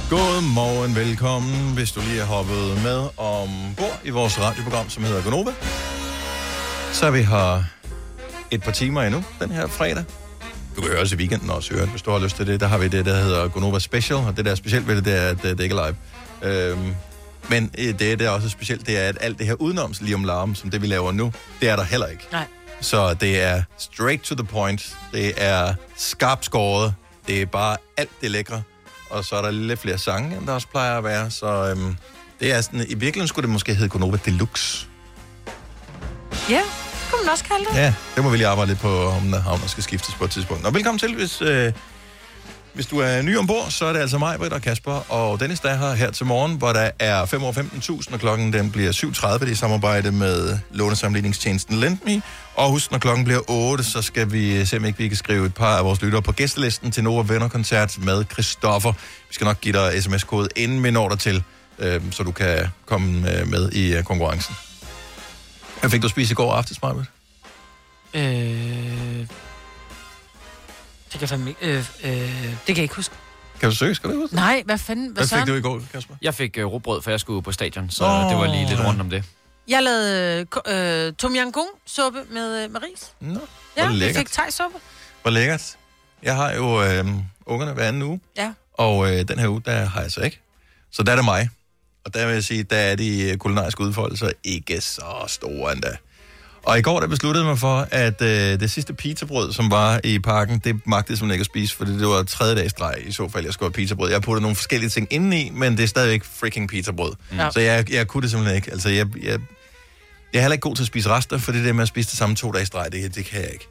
Speaker 1: Godmorgen, velkommen, hvis du lige er hoppet med ombord i vores radioprogram, som hedder Gonova. Så er vi her et par timer endnu, den her fredag. Du kan høre os i weekenden også, høre, hvis du har lyst til det. Der har vi det, der hedder Gonova Special, og det der er specielt ved det, det er, at øh, det ikke er live. Øhm, men øh, det, der også er specielt, det er, at alt det her udenom lige om larm, som det vi laver nu, det er der heller ikke.
Speaker 2: Nej.
Speaker 1: Så det er straight to the point. Det er skarpt skåret. Det er bare alt det lækre. Og så er der lidt flere sange, end der også plejer at være. Så øhm, det er sådan, i virkeligheden skulle det måske hedde Konoba Deluxe.
Speaker 2: Ja, det kunne man også kalde det.
Speaker 1: Ja, det må vi lige arbejde lidt på, om der, om der skal skiftes på et tidspunkt. Og velkommen til, hvis, øh, hvis du er ny ombord, så er det altså mig, Britt og Kasper og Dennis, der er her, her til morgen, hvor der er 5 over 15.000, og klokken den bliver 7.30. Det er i samarbejde med lånesamligningstjenesten Lendme. Og husk, når klokken bliver 8, så skal vi se, om ikke vi kan skrive et par af vores lyttere på gæstelisten til Nova Venner Koncert med Christoffer. Vi skal nok give dig sms-kode, inden vi når dig til, øh, så du kan komme øh, med i øh, konkurrencen. Hvad fik du at spise i går aftes, Maja?
Speaker 2: Øh... Det kan jeg fandme ikke... Øh, øh, det kan jeg ikke huske.
Speaker 1: Kan du søge, skal du huske?
Speaker 2: Nej, hvad fanden? Hvad, søren?
Speaker 1: går, Kasper?
Speaker 3: Jeg fik uh, råbrød, for jeg skulle på stadion, så
Speaker 1: Åh,
Speaker 3: oh, det var lige lidt
Speaker 1: ja.
Speaker 3: rundt om det.
Speaker 2: Jeg lavede øh, ko- øh, tom yang kung suppe med, øh, med ris.
Speaker 1: Nå,
Speaker 2: Ja,
Speaker 1: hvor
Speaker 2: jeg
Speaker 1: lækkert.
Speaker 2: fik thai-suppe.
Speaker 1: Hvor lækkert. Jeg har jo øh, ungerne hver anden uge,
Speaker 2: Ja.
Speaker 1: og øh, den her uge, der har jeg så ikke. Så der er det mig. Og der vil jeg sige, der er de øh, kulinariske udfoldelser ikke så store endda. Og i går, der besluttede jeg mig for, at øh, det sidste pizzabrød, som var i pakken, det magtede jeg simpelthen ikke at spise, fordi det var tredje dags drej i så fald, jeg skulle have pizzabrød. Jeg puttede nogle forskellige ting indeni, men det er stadigvæk freaking pizzabrød.
Speaker 14: Ja.
Speaker 1: Ja. Så jeg, jeg kunne det simpelthen ikke. Altså, jeg, jeg, jeg er heller ikke god til at spise rester, for det der med at spise det samme to dage i streg, det, det kan jeg ikke.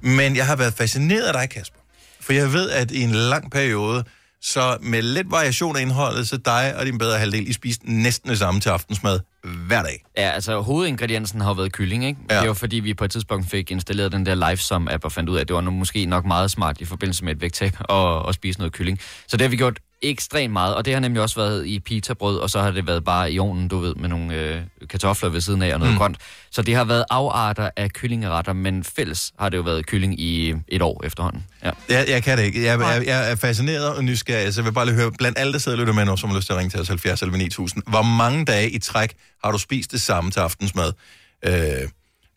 Speaker 1: Men jeg har været fascineret af dig, Kasper. For jeg ved, at i en lang periode, så med lidt variation af indholdet, så dig og din bedre halvdel, I spiste næsten det samme til aftensmad hver dag.
Speaker 3: Ja, altså hovedingrediensen har jo været kylling, ikke? Ja. Det var fordi, vi på et tidspunkt fik installeret den der LiveSum-app og fandt ud af, at det var nu måske nok meget smart i forbindelse med et vægttab at, at spise noget kylling. Så det har vi gjort ekstremt meget, og det har nemlig også været i pitabrød, og så har det været bare i ovnen, du ved, med nogle øh, kartofler ved siden af og noget mm. grønt. Så det har været afarter af kyllingeretter, men fælles har det jo været kylling i et år efterhånden. Ja.
Speaker 1: Jeg, jeg kan det ikke. Jeg, jeg, jeg er fascineret og nysgerrig, så jeg vil bare lige høre, blandt alle, der sidder og lytter med nu, som har lyst til at ringe til os 70 eller 9000, hvor mange dage i træk har du spist det samme til aftensmad? Øh,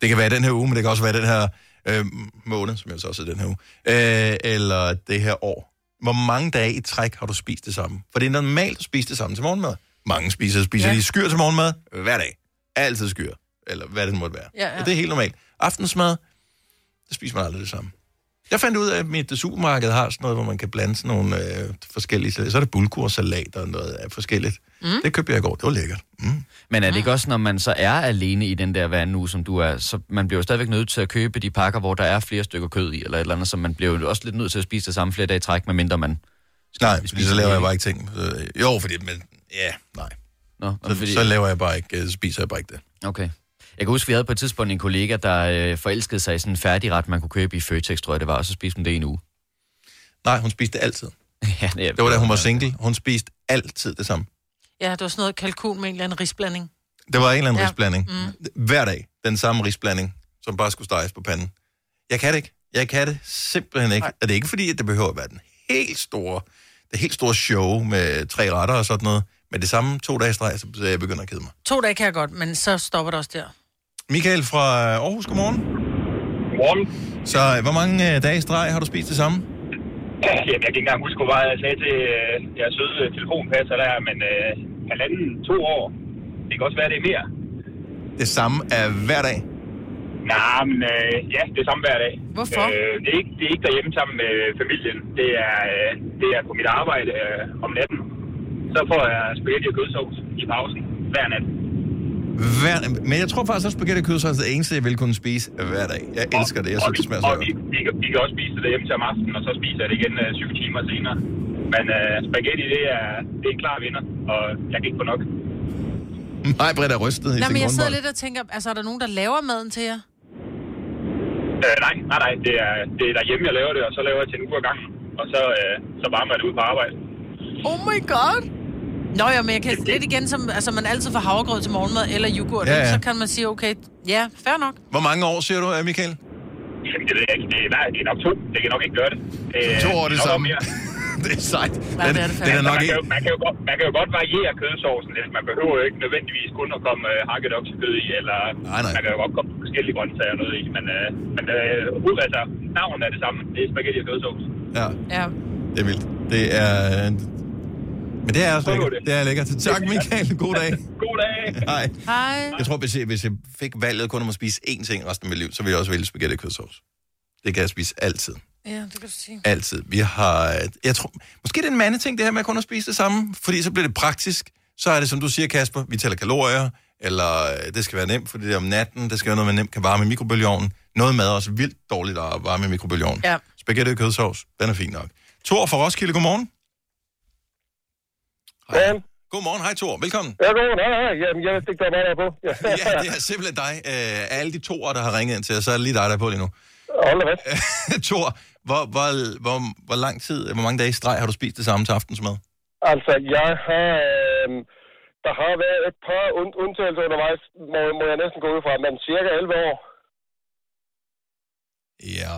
Speaker 1: det kan være den her uge, men det kan også være den her øh, måned, som jeg så også er den her uge, øh, eller det her år. Hvor mange dage i træk har du spist det samme? For det er normalt at spise det samme til morgenmad. Mange spiser, spiser ja.
Speaker 2: Ja.
Speaker 1: de skyr til morgenmad hver dag. Altid skyr, eller hvad det nu måtte være.
Speaker 2: Ja, ja.
Speaker 1: Og det er helt normalt. Aftensmad, der spiser man aldrig det samme. Jeg fandt ud af, at mit øh, supermarked har sådan noget, hvor man kan blande sådan nogle øh, forskellige salater. Så er det bulgursalat og noget af forskelligt. Mm. Det købte jeg i går. Det var lækkert.
Speaker 3: Men er det ikke også, når man så er alene i den der vand nu, som du er, så man bliver jo stadigvæk nødt til at købe de pakker, hvor der er flere stykker kød i, eller et eller andet, så man bliver jo også lidt nødt til at spise det samme flere dage i træk, medmindre man...
Speaker 1: Nej, fordi så laver jeg bare ikke ting. Øh, Jo, fordi... Men, ja, nej.
Speaker 3: Nå,
Speaker 1: så, fordi... så laver jeg bare ikke, øh, spiser jeg bare ikke det.
Speaker 3: Okay. Jeg kan huske, vi havde på et tidspunkt en kollega, der øh, forelskede sig i sådan en færdigret, man kunne købe i Føtex, tror jeg det var, og så spiste hun det i en uge.
Speaker 1: Nej, hun spiste det altid.
Speaker 3: ja, det,
Speaker 1: Det var da hun var single. Hun spiste altid det samme.
Speaker 2: Ja, det var sådan noget kalkun med en eller anden risblanding.
Speaker 1: Det var en eller anden
Speaker 2: Ja.
Speaker 1: ja. risblanding. Mm. Hver dag, den samme risblanding, som bare skulle steges på panden. Jeg kan det ikke. Jeg kan det simpelthen ikke. Og det er ikke fordi, at det behøver at være den helt store, det helt store show med tre retter og sådan noget. Men det samme to dage i streg, så så jeg begynder at kede mig.
Speaker 2: To dage kan jeg godt, men så stopper det også der.
Speaker 1: Michael fra Aarhus, godmorgen. Godmorgen. Så øh, hvor mange øh, dage i streg har du spist det samme?
Speaker 14: Jeg kan ikke engang huske, hvor meget jeg sagde til øh, jeres søde telefonpasser der, men øh, halvanden, to år. Det kan også være, det er mere.
Speaker 1: Det samme er hver dag.
Speaker 14: Nej, men øh, ja, det er samme hver dag.
Speaker 2: Hvorfor?
Speaker 14: Øh, det, er ikke, det er ikke derhjemme sammen med familien. Det er, øh, det er på mit arbejde øh, om natten. Så får jeg spaghetti og kødsovs i pausen hver nat.
Speaker 1: Hver, men jeg tror faktisk, at spaghetti og kødsovs er det eneste, jeg vil kunne spise hver dag. Jeg elsker det. Jeg synes, det smager så
Speaker 14: Og
Speaker 1: godt.
Speaker 14: vi, vi, kan, vi kan også spise det derhjemme til om aftenen, og så spiser jeg det igen øh, syv timer senere. Men øh, spaghetti, det er, det er en klar vinder, og jeg kan ikke få nok.
Speaker 1: Nej, Britt er rystet i
Speaker 2: Nå,
Speaker 1: sin
Speaker 2: men jeg sidder
Speaker 1: rundbold.
Speaker 2: lidt og tænker, altså er der nogen, der laver maden til jer?
Speaker 14: Øh, nej, nej, nej. Det er, det er derhjemme, jeg laver det, og så laver jeg til en uge ad gangen. Og så, øh, så varmer jeg det ud på arbejde.
Speaker 2: Oh my god! Nå jo, men jeg kan lidt igen, som altså, man altid får havregrød til morgenmad eller yoghurt,
Speaker 1: Ja,
Speaker 2: ja,
Speaker 1: ja.
Speaker 2: ja. så kan man sige, okay, ja, fair nok.
Speaker 1: Hvor mange år siger du, øh, Michael?
Speaker 14: Jamen, det ved jeg ikke. Det er, nej, det er nok to. Det kan nok ikke gøre det. Øh,
Speaker 1: To år er det
Speaker 14: nok
Speaker 1: samme.
Speaker 14: mere.
Speaker 1: det er
Speaker 14: Den,
Speaker 1: sejt. det er det den er fandme. nok
Speaker 14: man, kan
Speaker 1: ikke-
Speaker 14: jo, man, kan jo godt, man kan jo godt variere kødsovsen lidt. Man behøver jo ikke nødvendigvis kun at komme øh, hakket oksekød i, eller nej, nej. man kan jo godt komme forskellige grøntsager og noget i. Men, øh, men øh, hoved- altså, navnet er det samme. Det er spaghetti og kødsovs.
Speaker 1: Ja,
Speaker 2: Ja.
Speaker 1: det er vildt. Det er... øh, Men det er også lækkert. Det er lækkert. Tak, Michael. God dag.
Speaker 14: God dag.
Speaker 1: Hej.
Speaker 2: Hej.
Speaker 1: Jeg tror, hvis jeg, hvis jeg fik valget kun om at spise én ting resten af mit liv, så ville jeg også vælge spaghetti og kødsovs. Det kan jeg spise altid.
Speaker 2: Ja, det kan du sige.
Speaker 1: Altid. Vi har... øh, Jeg tror, måske det er en mandeting, det her med kun at spise det samme, fordi så bliver det praktisk. Så er det, som du siger, Kasper, vi tæller kalorier, eller øh, det skal være nemt, fordi det er om natten, det skal være noget, man nemt kan varme i mikrobølgeovnen. Noget mad er også vildt dårligt at varme i mikrobølgeovnen.
Speaker 2: Ja.
Speaker 1: Spaghetti og kødsovs, den er fin nok. Thor fra Roskilde, godmorgen. Godmorgen. Godmorgen, hej Thor, velkommen.
Speaker 15: Ja, godmorgen. Hej, hej. Jamen, jeg vidste ikke, der var der på. Ja,
Speaker 1: Ja, det er simpelthen dig. Øh, af alle de toer, der har ringet ind til os, så er det lige dig, der er på lige nu.
Speaker 15: Hold da
Speaker 1: Tor, hvor, hvor, hvor, hvor lang tid, hvor mange dage i streg har du spist det samme til aftensmad?
Speaker 15: Altså, jeg har... Øh, der har været et par und undtagelser undervejs, må, må jeg næsten gå ud fra, men cirka 11 år.
Speaker 1: Ja.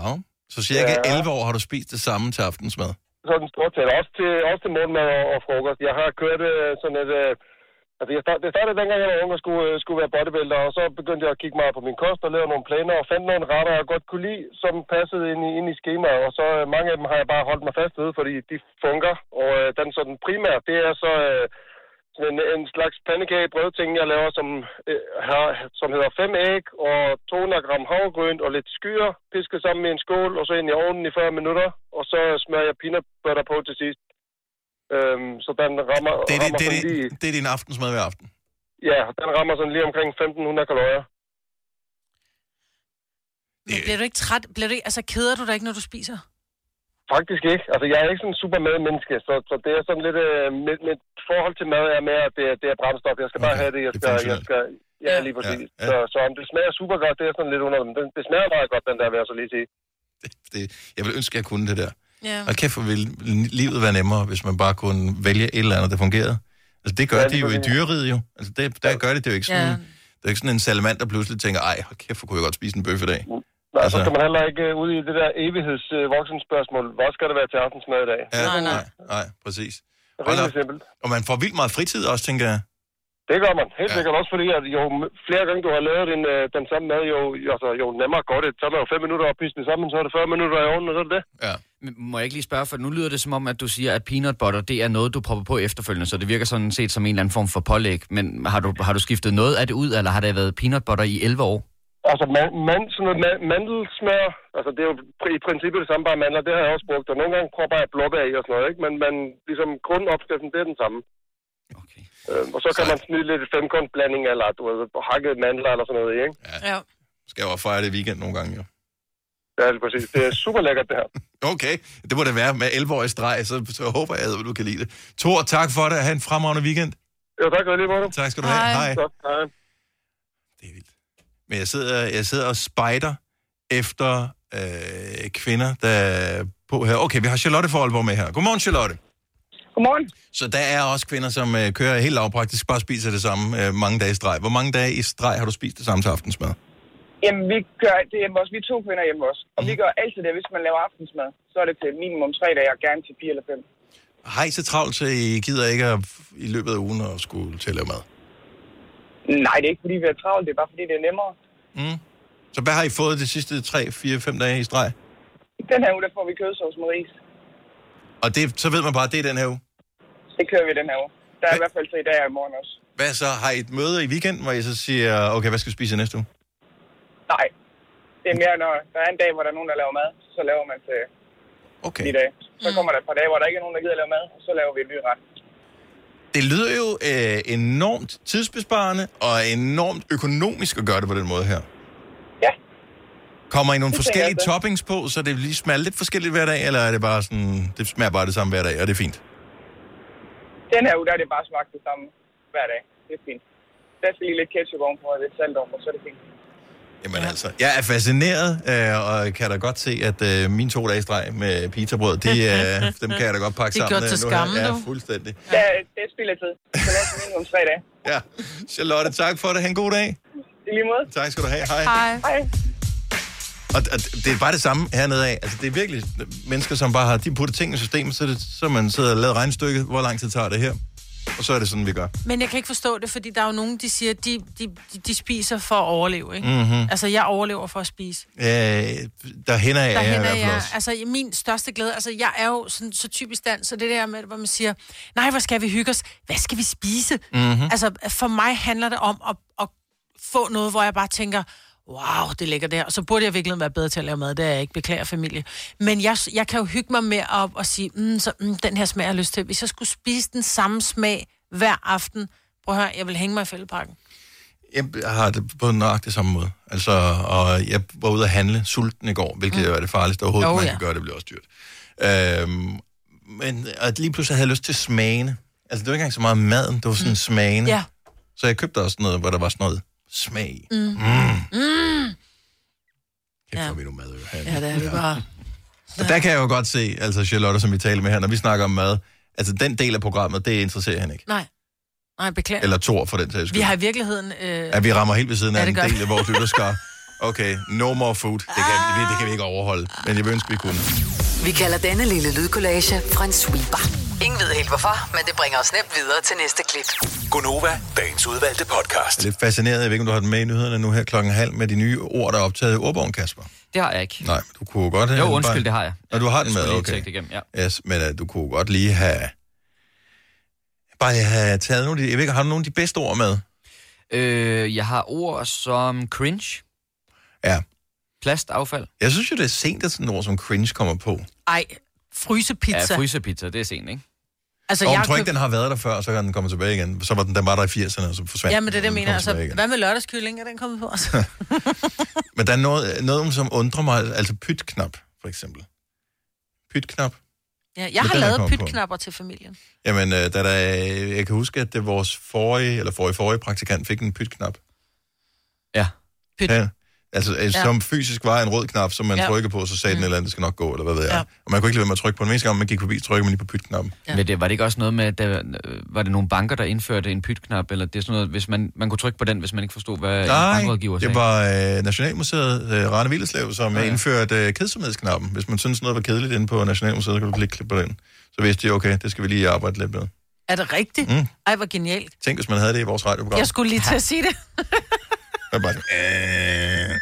Speaker 1: Så cirka ja. 11 år har du spist det samme til aftensmad.
Speaker 15: Sådan stort set. Også til, også til morgenmad og, og frokost. Jeg har kørt øh, sådan et... Øh, altså, jeg start, det startede dengang, jeg var ung og skulle, øh, skulle være bodybuilder, og så begyndte jeg at kigge meget på min kost og lavede nogle planer og fandt nogle retter, jeg godt kunne lide, som passede ind i, ind i skemaet, og så øh, mange af dem har jeg bare holdt mig fast ved, fordi de fungerer. Og øh, den sådan primære, det er så... Øh, sådan en, en slags pandekage brødting, jeg laver, som, øh, har, som hedder 5 æg og 200 gram havregryn og lidt skyer, pisket sammen i en skål, og så ind i ovnen i 40 minutter, og så smører jeg peanut butter på til sidst. Øhm, så den rammer,
Speaker 1: Det er,
Speaker 15: rammer
Speaker 1: det, det,
Speaker 15: sådan
Speaker 1: er,
Speaker 15: lige,
Speaker 1: det, det er din aftensmad hver aften.
Speaker 15: ja, den rammer sådan lige omkring 1500 kalorier.
Speaker 2: Men bliver du ikke træt? Bliver du ikke, altså, keder du dig ikke, når du spiser?
Speaker 15: Faktisk ikke. Altså, jeg er ikke sådan en super madmenneske, så, så det er sådan lidt... Øh, mit, mit, forhold til mad er mere, at det, er- det er brændstof. Jeg skal bare have det. Jeg skal, jeg skal, ja, lige præcis. Ja, ja. Så, så om det smager super godt, det er sådan lidt under dem. Den, det smager meget godt, den der, vil jeg så lige sige.
Speaker 1: Det, jeg vil ønske, at jeg kunne det der.
Speaker 2: Ja.
Speaker 1: Og kæft, hvor ville livet være nemmere, hvis man bare kunne vælge et eller andet, der fungerede. Altså, det gør
Speaker 15: Ja,
Speaker 1: ja,
Speaker 15: lige
Speaker 1: de jo i
Speaker 15: præcis.
Speaker 1: dyreriet jo. Altså, det, der gør det. Det er jo ikke sådan,
Speaker 15: Ja.
Speaker 1: ja. det er jo ikke sådan en salamand, der pludselig tænker, ej, hold kæft, hvor kunne jeg godt spise en bøf i dag.
Speaker 15: Nej, altså, så skal man heller ikke øh, ud i det der evighedsvoksenspørgsmål. Øh, Hvad skal der være til aftensmad i dag?
Speaker 1: Ja, nej, nej. Nej, præcis.
Speaker 15: Hold da. simpelt.
Speaker 1: Og man får vildt meget fritid også, tænker jeg.
Speaker 15: Det gør man. Helt ja. sikkert også fordi, at jo m- flere gange du har lavet din, øh, den samme mad, jo, altså, jo nemmere går det. Så er det jo fem minutter at pisse det sammen, så er det 40 minutter i ovnen, og så er det det.
Speaker 1: Ja.
Speaker 3: Men må jeg ikke lige spørge, for nu lyder det som om, at du siger, at peanut butter, det er noget, du propper på efterfølgende, så det virker sådan set som en eller anden form for pålæg. Men har du, har du skiftet noget af det ud, eller har det været peanut butter i 11 år?
Speaker 15: Altså man, man, sådan noget man, mandelsmør, altså det er jo pr- i princippet det samme, bare mandler, det har jeg også brugt, og nogle gange propper jeg blåbær i og sådan noget, ikke? Men man, ligesom grundopskriften, det er den samme. Okay. Øhm, og så kan man snide lidt femkornblanding, eller du ved, hakket mandler eller sådan noget i, ikke?
Speaker 2: Ja.
Speaker 1: Skal jeg jo fejre det i weekend nogle gange, jo.
Speaker 15: Ja, det er præcis. Det er super lækkert, det her.
Speaker 1: Okay, det må det være. Med 11 år i streg, så, så håber jeg, at du kan lide det. Thor, tak for det. Ha' en fremragende weekend.
Speaker 15: Jo, tak. Lige måde.
Speaker 1: Tak skal du have. Hej.
Speaker 15: Tak, hej.
Speaker 1: Men jeg sidder, jeg sidder og spejder efter øh, kvinder, der er på her. Okay, vi har Charlotte for Aalborg med her. Godmorgen, Charlotte.
Speaker 16: Godmorgen.
Speaker 1: Så der er også kvinder, som øh, kører helt lavpraktisk, bare spiser det samme øh, mange dage i streg. Hvor mange dage i streg har du spist det samme til aftensmad?
Speaker 16: Jamen, vi gør det hjemme også. Vi er to kvinder
Speaker 1: Mm.
Speaker 16: hjemme også. Og vi gør altid det, hvis man laver aftensmad. Så er det til minimum tre dage, og gerne til fire eller fem.
Speaker 1: Har I så travlt, så I gider ikke at, i løbet af ugen at skulle til at lave mad?
Speaker 16: Nej, det er ikke fordi, vi er travlt. Det er bare fordi, det er nemmere.
Speaker 1: Mm. Så hvad har I fået de sidste 3, 4, 5 dage i streg?
Speaker 16: Den her uge, der får vi kødsovs med ris.
Speaker 1: Og det, så ved man bare, at det er den her uge.
Speaker 16: Det kører vi den her uge. Der er i hvert fald til i dag og i morgen også.
Speaker 1: Hvad så? Har I et møde i weekenden, hvor I så siger, okay, hvad skal vi spise i næste uge?
Speaker 16: Nej. Det er mere, når der er en dag, hvor der er nogen, der laver mad, så laver man til
Speaker 1: okay. Mm.
Speaker 16: de dage. Så kommer der et par dage, hvor der ikke er nogen, der gider at lave mad, og så laver vi en ny ret.
Speaker 1: Det lyder jo øh, enormt tidsbesparende og enormt økonomisk at gøre det på den måde her.
Speaker 16: Ja.
Speaker 1: Kommer I nogle
Speaker 16: Det tænker
Speaker 1: forskellige
Speaker 16: jeg, det.
Speaker 1: toppings på, så det lige smager lidt forskelligt hver dag, eller er det bare sådan, det smager bare det samme hver dag, og det er fint?
Speaker 16: Den her uge, der er det bare smagt det samme hver dag. Det er fint. Der skal lige lidt ketchup ovenpå og lidt salt ovenpå, så er det fint.
Speaker 1: Jamen altså, jeg er fascineret, øh, og kan da godt se, at øh, mine to dage i streg med pizzabrød, de, øh, dem kan jeg da godt pakke
Speaker 16: Det er
Speaker 1: sammen.
Speaker 16: gjort
Speaker 1: øh,
Speaker 16: til
Speaker 1: nu her.
Speaker 16: skamme,
Speaker 1: Ja,
Speaker 16: du.
Speaker 1: fuldstændig.
Speaker 16: Der, det er spild af tid. Så lad os minimum tre dage.
Speaker 1: Ja. Charlotte, tak for det. Ha' en god dag.
Speaker 16: I lige måde.
Speaker 1: Tak skal du have. Hej.
Speaker 16: Hej.
Speaker 1: Og, og det er bare det samme hernede af. Altså, det er virkelig mennesker, som bare har de puttet ting i systemet, så, er det, så man sidder og laver regnstykket, hvor lang tid tager det her. Og så er det sådan, vi gør.
Speaker 2: Men jeg kan ikke forstå det, fordi der er jo nogen, de siger, de, de, de- de spiser for at overleve, ikke?
Speaker 1: Mhm.
Speaker 2: Altså, jeg overlever for at spise.
Speaker 1: Øh, der hænder jeg,
Speaker 2: der
Speaker 1: der jeg i
Speaker 2: hænder
Speaker 1: hvert fald
Speaker 2: jeg,
Speaker 1: også.
Speaker 2: altså min største glæde, altså jeg er jo sådan, så typisk dans, så det der med, hvor man siger, nej, hvor skal vi hygge os? Hvad skal vi spise?
Speaker 17: Mhm.
Speaker 2: Altså for mig handler det om at, at få noget, hvor jeg bare tænker, wow, det ligger der, og så burde jeg virkelig være bedre til at lave mad, det er jeg ikke, beklager familie. Men jeg, jeg kan jo hygge mig med at, at sige, mm, så, mm, den her smag har jeg lyst til. Hvis jeg skulle spise den samme smag hver aften, prøv at høre, jeg vil hænge mig i fældepakken.
Speaker 1: Jeg har det på nøjagtig samme måde. Altså, og jeg var ude at handle sulten i går, hvilket mm. er det farligste overhovedet,
Speaker 2: Jo,
Speaker 1: oh, man
Speaker 2: ja.
Speaker 1: ja. kan gøre. Det bliver også dyrt. Øhm, men at lige pludselig havde jeg lyst til smagene. Altså, det var ikke engang så meget maden, det var sådan mm. smagene.
Speaker 2: Ja.
Speaker 1: Så jeg købte også noget, hvor der var sådan noget smag i.
Speaker 2: Mm. Mm.
Speaker 1: Kæft, ja. vi nu mad. Ja,
Speaker 2: det er vi bare.
Speaker 1: Og der kan jeg jo godt se, altså Charlotte, som vi taler med her, når vi snakker om mad, altså den del af programmet, det interesserer hende ikke.
Speaker 2: Nej, nej, beklager.
Speaker 1: Eller Thor, for den sags skyld.
Speaker 2: Vi har i virkeligheden... Øh,
Speaker 1: Ja, vi rammer helt ved siden
Speaker 2: Ja,
Speaker 1: af
Speaker 2: det
Speaker 1: en
Speaker 2: gør vi.
Speaker 1: del af vores lytterskar. Okay, no more food. Det kan, vi, det kan vi ikke overholde, men jeg vil ønske, vi kunne.
Speaker 13: Vi kalder denne lille lydkollage en sweeper. Ingen ved helt hvorfor, men det bringer os nemt videre til næste klip.
Speaker 5: Gonova, dagens udvalgte podcast.
Speaker 1: Jeg er lidt fascineret, jeg ved ikke, om du har den med i nyhederne nu her klokken halv med de nye ord, der er optaget i ordbogen, Kasper.
Speaker 3: Det har jeg ikke.
Speaker 1: Nej, men du kunne godt have...
Speaker 3: Jo,
Speaker 1: den
Speaker 3: undskyld, det har jeg.
Speaker 1: Nå, du har
Speaker 3: Jeg
Speaker 1: den
Speaker 3: skulle
Speaker 1: med,
Speaker 3: lige
Speaker 1: okay.
Speaker 3: tjekke det igennem,
Speaker 1: ja. Yes, men uh, du kunne godt lige have... Bare lige have taget nogle af de... Jeg ved ikke, har du nogle af de bedste ord med?
Speaker 3: Øh, jeg har ord som cringe.
Speaker 1: Ja.
Speaker 3: Plastaffald.
Speaker 1: Jeg synes jo, det er sent, at sådan et ord som cringe kommer på.
Speaker 2: Ej, frysepizza.
Speaker 3: Ja, frysepizza, det er sent, ikke?
Speaker 1: Altså,
Speaker 2: Altså,
Speaker 1: og jeg
Speaker 2: jeg
Speaker 1: tror ikke,
Speaker 2: køb-
Speaker 1: den har været der før, og så kan den komme tilbage igen. Så var den, den var der i 80'erne, og så forsvandt
Speaker 2: Ja, men det er det, jeg
Speaker 1: den, og
Speaker 2: mener.
Speaker 1: så kom
Speaker 2: Altså,
Speaker 1: tilbage igen.
Speaker 2: hvad med lørdagskylling? Er den kommet på Altså, os?
Speaker 1: Men der er noget, noget som undrer mig, altså pytknap, for eksempel. Pytknap.
Speaker 2: Ja, jeg
Speaker 1: Men
Speaker 2: har
Speaker 1: den er
Speaker 2: lavet
Speaker 1: kommet på.
Speaker 2: pytknapper til familien.
Speaker 1: Jamen, øh, da der, jeg kan huske, at det vores forrige, eller forrige, forrige praktikant fik en pytknap.
Speaker 3: Ja.
Speaker 1: Pyt. Ja. Altså, øh,
Speaker 2: Ja.
Speaker 1: som fysisk var en rød knap, som man
Speaker 2: Ja.
Speaker 1: ja. trykkede på, så sagde den et eller andet, det skal nok gå, eller hvad ved jeg.
Speaker 2: Ja.
Speaker 1: Ja. Og man kunne ikke lade være med at trykke på den. Mest gang man gik forbi, trykkede man lige på pytknappen.
Speaker 3: Ja. Men det, var det ikke også noget med, at der, øh, var det nogle banker, der indførte en pytknap, eller det er sådan noget, hvis man, man kunne trykke på den, hvis man ikke forstod, hvad en
Speaker 1: Nej,
Speaker 3: bankrådgiver sagde?
Speaker 1: det var øh, Nationalmuseet øh, Rane Villeslev,
Speaker 3: Ja,
Speaker 1: som ja,
Speaker 3: ja.
Speaker 1: ja. indførte øh, kedsomhedsknappen. Hvis man synes noget var kedeligt inde på Nationalmuseet, så kunne du klikke på den. Så vidste de, okay, det skal vi lige arbejde lidt med.
Speaker 2: Er det rigtigt?
Speaker 1: Mm.
Speaker 2: Ej, hvor genialt.
Speaker 1: Tænk, hvis man havde det i vores radioprogram.
Speaker 2: Jeg skulle lige til at sige det.
Speaker 1: Jeg bare, sådan, øh.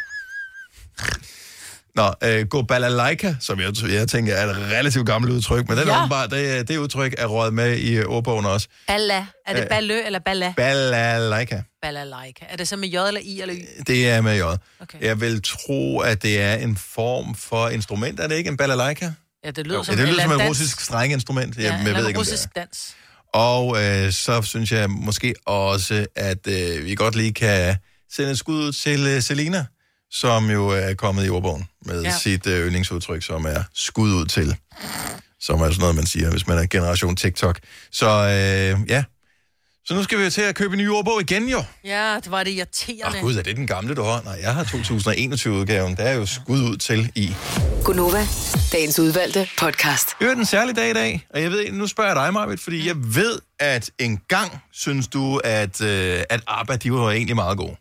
Speaker 1: Nå, øh, gå balalaika, som jeg, jeg tænker er et relativt gammelt udtryk, men den
Speaker 2: Ja.
Speaker 1: ja. åbenbart, det, det udtryk er røget med i øh, ordbogen også.
Speaker 2: Balla. Er det
Speaker 1: Øh,
Speaker 2: ballø eller balla?
Speaker 1: Balalaika,
Speaker 2: Balalaika. Er det så med j eller i eller y?
Speaker 1: det er med J. Okay. Jeg vil tro, at det er en form for instrument. Er det ikke en balalaika?
Speaker 2: Ja, det lyder
Speaker 1: Jo.
Speaker 2: som,
Speaker 1: ja, det
Speaker 2: eller
Speaker 1: lyder som
Speaker 2: en
Speaker 1: et
Speaker 2: dans.
Speaker 1: russisk strengeinstrument. Jeg,
Speaker 2: Ja,
Speaker 1: jeg
Speaker 2: eller
Speaker 1: ved
Speaker 2: en
Speaker 1: ikke, om det er.
Speaker 2: russisk dans.
Speaker 1: Og øh, så synes jeg måske også, at øh, vi godt lige kan sende et skud ud til øh, Selina, som jo er kommet i ordbogen med
Speaker 2: Ja.
Speaker 1: ja. sit øh, yndlingsudtryk, som er skud ud til. Som er sådan noget, man siger, hvis man er generation TikTok. Så øh, ja. Så nu skal vi jo til at købe en ny ordbog igen, jo.
Speaker 2: Ja, det var det irriterende.
Speaker 1: Åh gud, er det den gamle, du har? Nej, jeg har 2021-udgaven. Der er jo skud ud til i.
Speaker 13: Gunova, dagens udvalgte podcast.
Speaker 1: Det er en særlig dag i dag, og jeg ved, nu spørger jeg dig, Marvitt, fordi jeg ved, at engang synes du, at, øh, at ABBA, de var egentlig meget gode.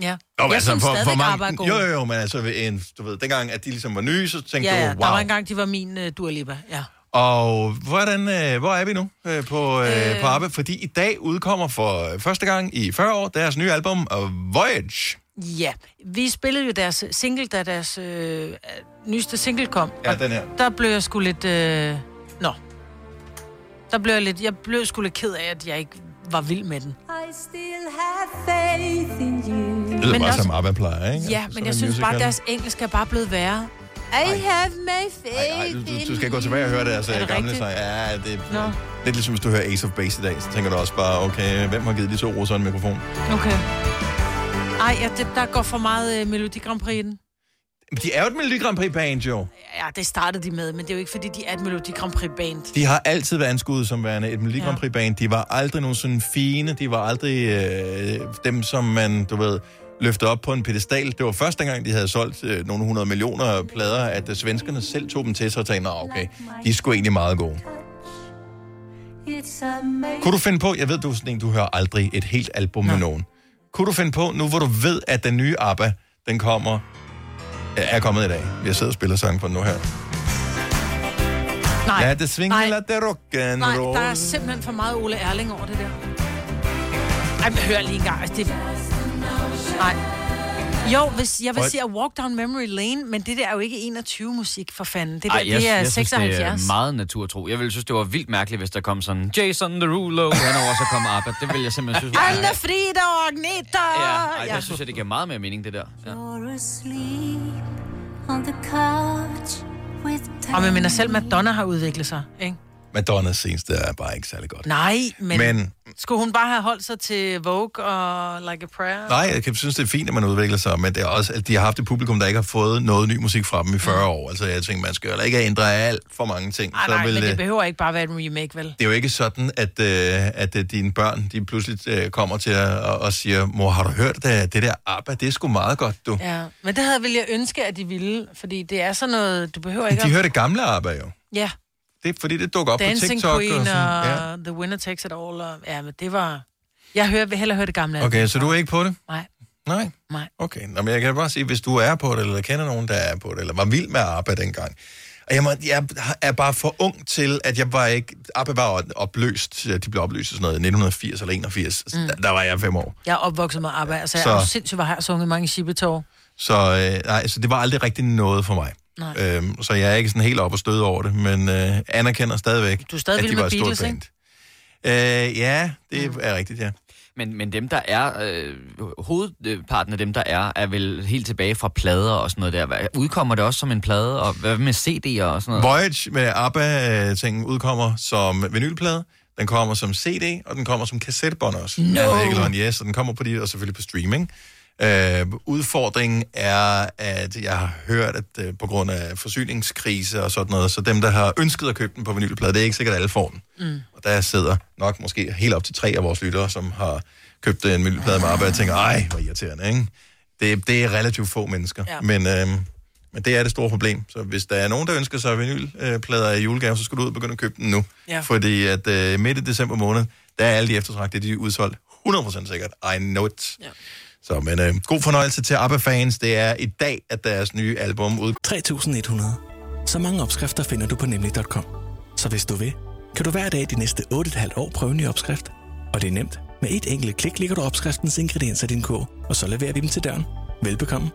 Speaker 2: Ja.
Speaker 1: Jo, men altså,
Speaker 2: jeg synes
Speaker 1: for,
Speaker 2: stadigvæk,
Speaker 1: for mange,
Speaker 2: ABBA er gode.
Speaker 1: Jo, jo, jo, men altså, ved en, du ved, dengang, at de ligesom var nye, så tænkte
Speaker 2: ja, ja,
Speaker 1: du,
Speaker 2: der
Speaker 1: wow.
Speaker 2: var engang, de var min uh, Dua Lipa. Ja.
Speaker 1: Og hvordan, øh, hvor er vi nu øh, på, øh, øh... på ABBA? Fordi i dag udkommer for første gang i 40 år deres nye album øh, Voyage.
Speaker 2: Ja, vi spillede jo deres single, da deres øh, nyeste single kom.
Speaker 1: Ja, den her.
Speaker 2: Der blev jeg sgu lidt... Øh... Nå. Der blev jeg lidt... Jeg blev sgu lidt ked af, at jeg ikke var vild med den.
Speaker 4: I still have faith in you.
Speaker 1: Det lyder bare også... som ABBA plejer, ikke? Altså,
Speaker 2: Ja, men jeg synes bare, at deres engelsk er bare blevet værre. I have my
Speaker 1: Ej,
Speaker 2: faith
Speaker 1: du, du, du skal gå tilbage og høre deres
Speaker 2: Er det
Speaker 1: øh, gamle
Speaker 2: rigtigt?
Speaker 1: sang. Ja, det er
Speaker 2: Nå,
Speaker 1: lidt ligesom, hvis du hører Ace of Base i dag, så tænker du også bare, okay, hvem har givet de to russer en mikrofon?
Speaker 2: okay. Ej, ja, det, der går for meget øh, Melodi Grand Prix i den.
Speaker 1: Men de er jo et Melodi Grand Prix band, jo.
Speaker 2: Ja, det startede de med, men det er jo ikke, fordi de er et Melodi Grand Prix band.
Speaker 1: De har altid været anskuet som værende et Melodi Grand Prix band. De var aldrig nogen sådan fine. De var aldrig øh, dem, som man, du ved, løftede op på en pedestal. Det var første gang, de havde solgt øh, nogle hundrede millioner plader, at øh, svenskerne selv tog dem til sig og tænkte, "Nå, okay, de er sgu egentlig meget gode.
Speaker 4: It's amazing.
Speaker 1: Kunne du finde på, jeg ved, du er sådan en, du hører aldrig et helt album med nogen. Kunne du finde på, nu hvor du ved, at den nye ABBA, den kommer, øh, er kommet i dag. Jeg sidder og spiller sang på den nu her.
Speaker 2: Nej.
Speaker 1: Ja, det svinger,
Speaker 2: Nej.
Speaker 1: lad det rock'n'roll.
Speaker 2: Nej, der er simpelthen for meget Ole Erling over det der. Ej, men hør lige en gang. Altså, det... Nej. Jo, hvis, jeg vil
Speaker 3: Prøv-
Speaker 2: sige, at Walk Down Memory Lane, men det der er jo ikke 21-musik, for fanden. Det der,
Speaker 3: Ej,
Speaker 2: Ej, det er
Speaker 3: synes, det
Speaker 2: 76.
Speaker 3: er meget naturtro. Jeg ville synes, det var vildt mærkeligt, hvis der kom sådan Jason Derulo henover, så kom ABBA. Det ville jeg simpelthen synes var
Speaker 2: Anne Frida og Agneta!
Speaker 3: Ja, ej, der synes jeg, det giver meget mere mening, det der. Ja.
Speaker 4: You're asleep on the couch with
Speaker 2: Og man minder selv, Madonna har udviklet sig, ikke?
Speaker 1: Madonnas seneste er bare ikke særlig godt.
Speaker 2: Nej, men,
Speaker 1: Men-
Speaker 2: men... skulle hun bare have holdt sig til Vogue og Like a Prayer?
Speaker 1: Nej, jeg kan synes, det er fint, at man udvikler sig, men det er også, at de har haft et publikum, der ikke har fået noget ny musik fra dem i 40 år. Altså, jeg tænker, man skal jo ikke ændre alt for mange ting.
Speaker 2: Ej, Mm. Ah, nej, men
Speaker 1: øh,
Speaker 2: det behøver ikke bare være et remake, vel?
Speaker 1: det er jo ikke sådan, at, øh, at øh, dine børn de pludselig øh, kommer til at, og, og siger, mor, har du hørt øh, det, det der ABBA? Det er sgu meget godt, du. Ja,
Speaker 2: Ja, men det havde vil jeg ønske, at de ville, fordi det er sådan noget, du behøver ikke
Speaker 1: de
Speaker 2: at-
Speaker 1: hører det gamle ABBA jo.
Speaker 2: Ja,
Speaker 1: Det er, fordi det dukker op på
Speaker 2: Dancing
Speaker 1: TikTok.
Speaker 2: Queen
Speaker 1: og
Speaker 2: og,
Speaker 1: sådan. Ja.
Speaker 2: The Winner Takes It All. Og, ja, men det var... Jeg hører, vil hellere høre det gamle.
Speaker 1: Okay, så du er ikke på det?
Speaker 2: Nej.
Speaker 1: Nej?
Speaker 2: Nej.
Speaker 1: Okay, Nå, men jeg kan bare sige, hvis du er på det, eller kender nogen, der er på det, eller var vild med ABBA dengang. Og jeg, må, jeg er bare for ung til, at jeg var ikke... ABBA var opløst, de blev opløst i sådan noget i 1980 eller 81. Mm.
Speaker 2: Mm.
Speaker 1: Der, der var jeg fem år.
Speaker 2: Jeg er opvokset med ABBA, altså
Speaker 1: Så-
Speaker 2: jeg er jo sindssygt, hvor har jeg sunget mange chippetår.
Speaker 1: Så, øh, nej, så det var aldrig rigtig noget for mig.
Speaker 2: Nej.
Speaker 1: Øhm, så jeg er ikke sådan helt op og støde over det, men øh, anerkender stadigvæk,
Speaker 2: Du er stadig
Speaker 1: at
Speaker 2: vild
Speaker 1: de
Speaker 2: med
Speaker 1: var et
Speaker 2: Beatles,
Speaker 1: stort band. Øh, ja, det mm. er rigtigt, ja.
Speaker 3: Men, men dem, der er, øh, hovedparten af dem, der er, er vel helt tilbage fra plader og sådan noget der. Hvad- Udkommer det også som en plade, og hvad med CD'er og sådan noget?
Speaker 1: Voyage med ABBA-tingen udkommer som vinylplade, den kommer som CD, og den kommer som kassettebånd også.
Speaker 3: No.
Speaker 1: Altså ikke Elon Yes, og den kommer på de, og selvfølgelig på streaming. Øh, udfordringen er, at jeg har hørt, at øh, på grund af forsyningskrise og sådan noget, så dem, der har ønsket at købe den på vinylplade, det er ikke sikkert, at alle får den.
Speaker 4: Mm.
Speaker 1: Og der sidder nok måske helt op til tre af vores lyttere, som har købt en vinylplade med ABBA, og tænker, ej, hvor irriterende, ikke? Det, det er relativt få mennesker, ja.
Speaker 4: Ja.
Speaker 1: men... Øh, men det er det store problem. Så hvis der er nogen, der ønsker sig vinylplader i julegave, så skal du ud og begynde at købe dem nu.
Speaker 4: Ja.
Speaker 1: Fordi at øh, midt i december måned, der er alle de eftertragtede, de er udsolgt 100% sikkert. I know it. Ja. Så men øh, god fornøjelse til ABBA-fans. Det er i dag, at deres nye album ud.
Speaker 11: 3.100. Så mange opskrifter finder du på nemlig.com. Så hvis du vil, kan du hver dag de næste 8,5 år prøve en ny opskrift. Og det er nemt. Med et enkelt klik ligger du opskriftens ingredienser i din kog, og så leverer vi dem til døren. Velbekomme.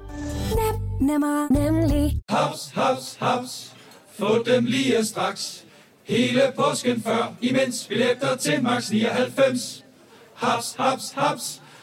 Speaker 4: Nem, nemmer, nemlig.
Speaker 6: Haps, haps, haps. Få dem lige straks. Hele påsken før, imens billetter til max 99. Haps, haps, haps.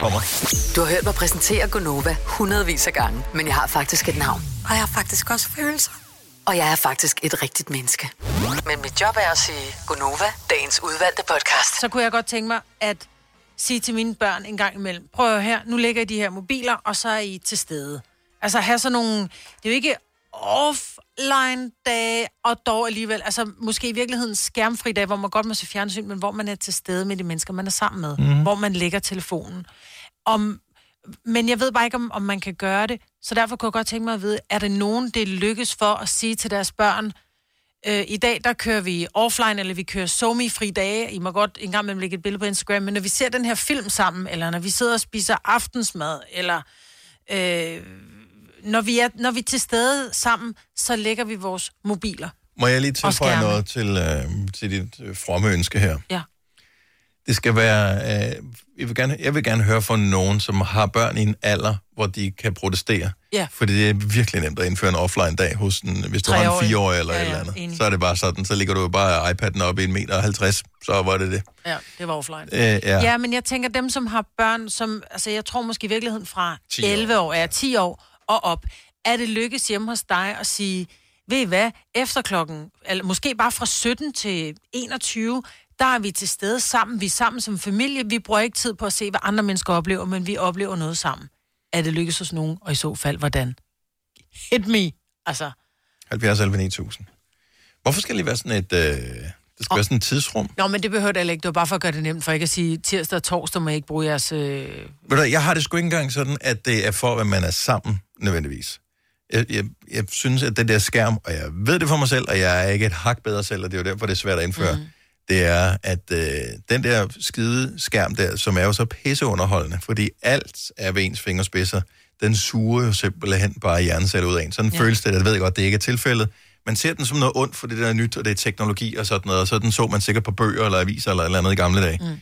Speaker 1: Kommer.
Speaker 13: Du har hørt mig præsentere Gonova hundredvis af gange, men jeg har faktisk et navn.
Speaker 17: Og jeg har faktisk også følelser.
Speaker 13: Og jeg er faktisk et rigtigt menneske. Men mit job er at sige Gonova, dagens udvalgte podcast.
Speaker 2: Så kunne jeg godt tænke mig at sige til mine børn en gang imellem, prøv at høre her, nu ligger I de her mobiler, og så er I til stede. Altså have sådan nogle, det er jo ikke offline dage, og dog alligevel, altså måske i virkeligheden skærmfri dage, hvor man godt må se fjernsyn, men hvor man er til stede med de mennesker, man er sammen med,
Speaker 18: Mhm.
Speaker 2: mm. hvor man lægger telefonen. Om, men jeg ved bare ikke, om, om man kan gøre det, så derfor kunne jeg godt tænke mig at vide, er det nogen, det lykkes for at sige til deres børn, øh, i dag der kører vi offline, eller vi kører somi fri dage, I må godt engang imellem lægge et billede på Instagram, men når vi ser den her film sammen, eller når vi sidder og spiser aftensmad, eller... Øh, når vi, er, når vi er til stede sammen, så lægger vi vores mobiler.
Speaker 1: Må jeg lige
Speaker 2: Og
Speaker 1: tilføje
Speaker 2: skærme.
Speaker 1: noget til, øh, til dit øh, fromme ønske her?
Speaker 2: Ja.
Speaker 1: Det skal være... Øh, jeg, vil gerne, jeg vil gerne høre fra nogen, som har børn i en alder, hvor de kan protestere.
Speaker 2: Ja.
Speaker 1: Fordi det er virkelig nemt at indføre en offline-dag hos en, hvis du har en
Speaker 2: Treårig.
Speaker 1: fireårig eller ja,
Speaker 2: Ja,
Speaker 1: ja, et
Speaker 2: ja,
Speaker 1: eller andet.
Speaker 2: enig.
Speaker 1: Så er det bare sådan, så ligger du jo bare iPad'en op i en meter og 50, så var det det.
Speaker 2: Ja, det var offline.
Speaker 1: Øh, ja.
Speaker 2: ja, men jeg tænker, dem som har børn, som, altså jeg tror måske i virkeligheden fra
Speaker 1: 10 år.
Speaker 2: 11 år, ja, 10 år og op, er det lykkes hjemme hos dig at sige, ved I hvad, efter klokken, eller måske bare fra 17 til 21, der er vi til stede sammen, vi er sammen som familie, vi bruger ikke tid på at se, hvad andre mennesker oplever, men vi oplever noget sammen. Er det lykkes hos nogen, og i så fald, hvordan? Hit me, altså.
Speaker 1: 70 11 9000. Hvorfor skal det lige være sådan et... Øh, det skal være sådan et tidsrum.
Speaker 2: Nå, men det behøver det heller ikke. Det var bare for at gøre det nemt, for ikke at sige, tirsdag og torsdag må I ikke bruge jeres... Øh...
Speaker 1: Ved du, hvad, jeg har det sgu ikke engang sådan, at det er for, at man er sammen nødvendigvis. Jeg, jeg, jeg synes, at den der skærm, og jeg ved det for mig selv, og jeg er ikke et hak bedre selv, og det er jo derfor, det er svært at indføre, mm. det er, at øh, den der skide skærm der, som er jo så pisseunderholdende, fordi alt er ved ens fingerspidser, den suger jo simpelthen bare hjerneceller ud af en. Sådan ja.
Speaker 19: Ja.
Speaker 1: føles det, jeg ved godt, det ikke er tilfældet. Man ser den som noget ondt, for det der er nyt, og det er teknologi og sådan noget, og sådan så man sikkert på bøger eller aviser eller et eller andet i gamle dage.
Speaker 19: Mm.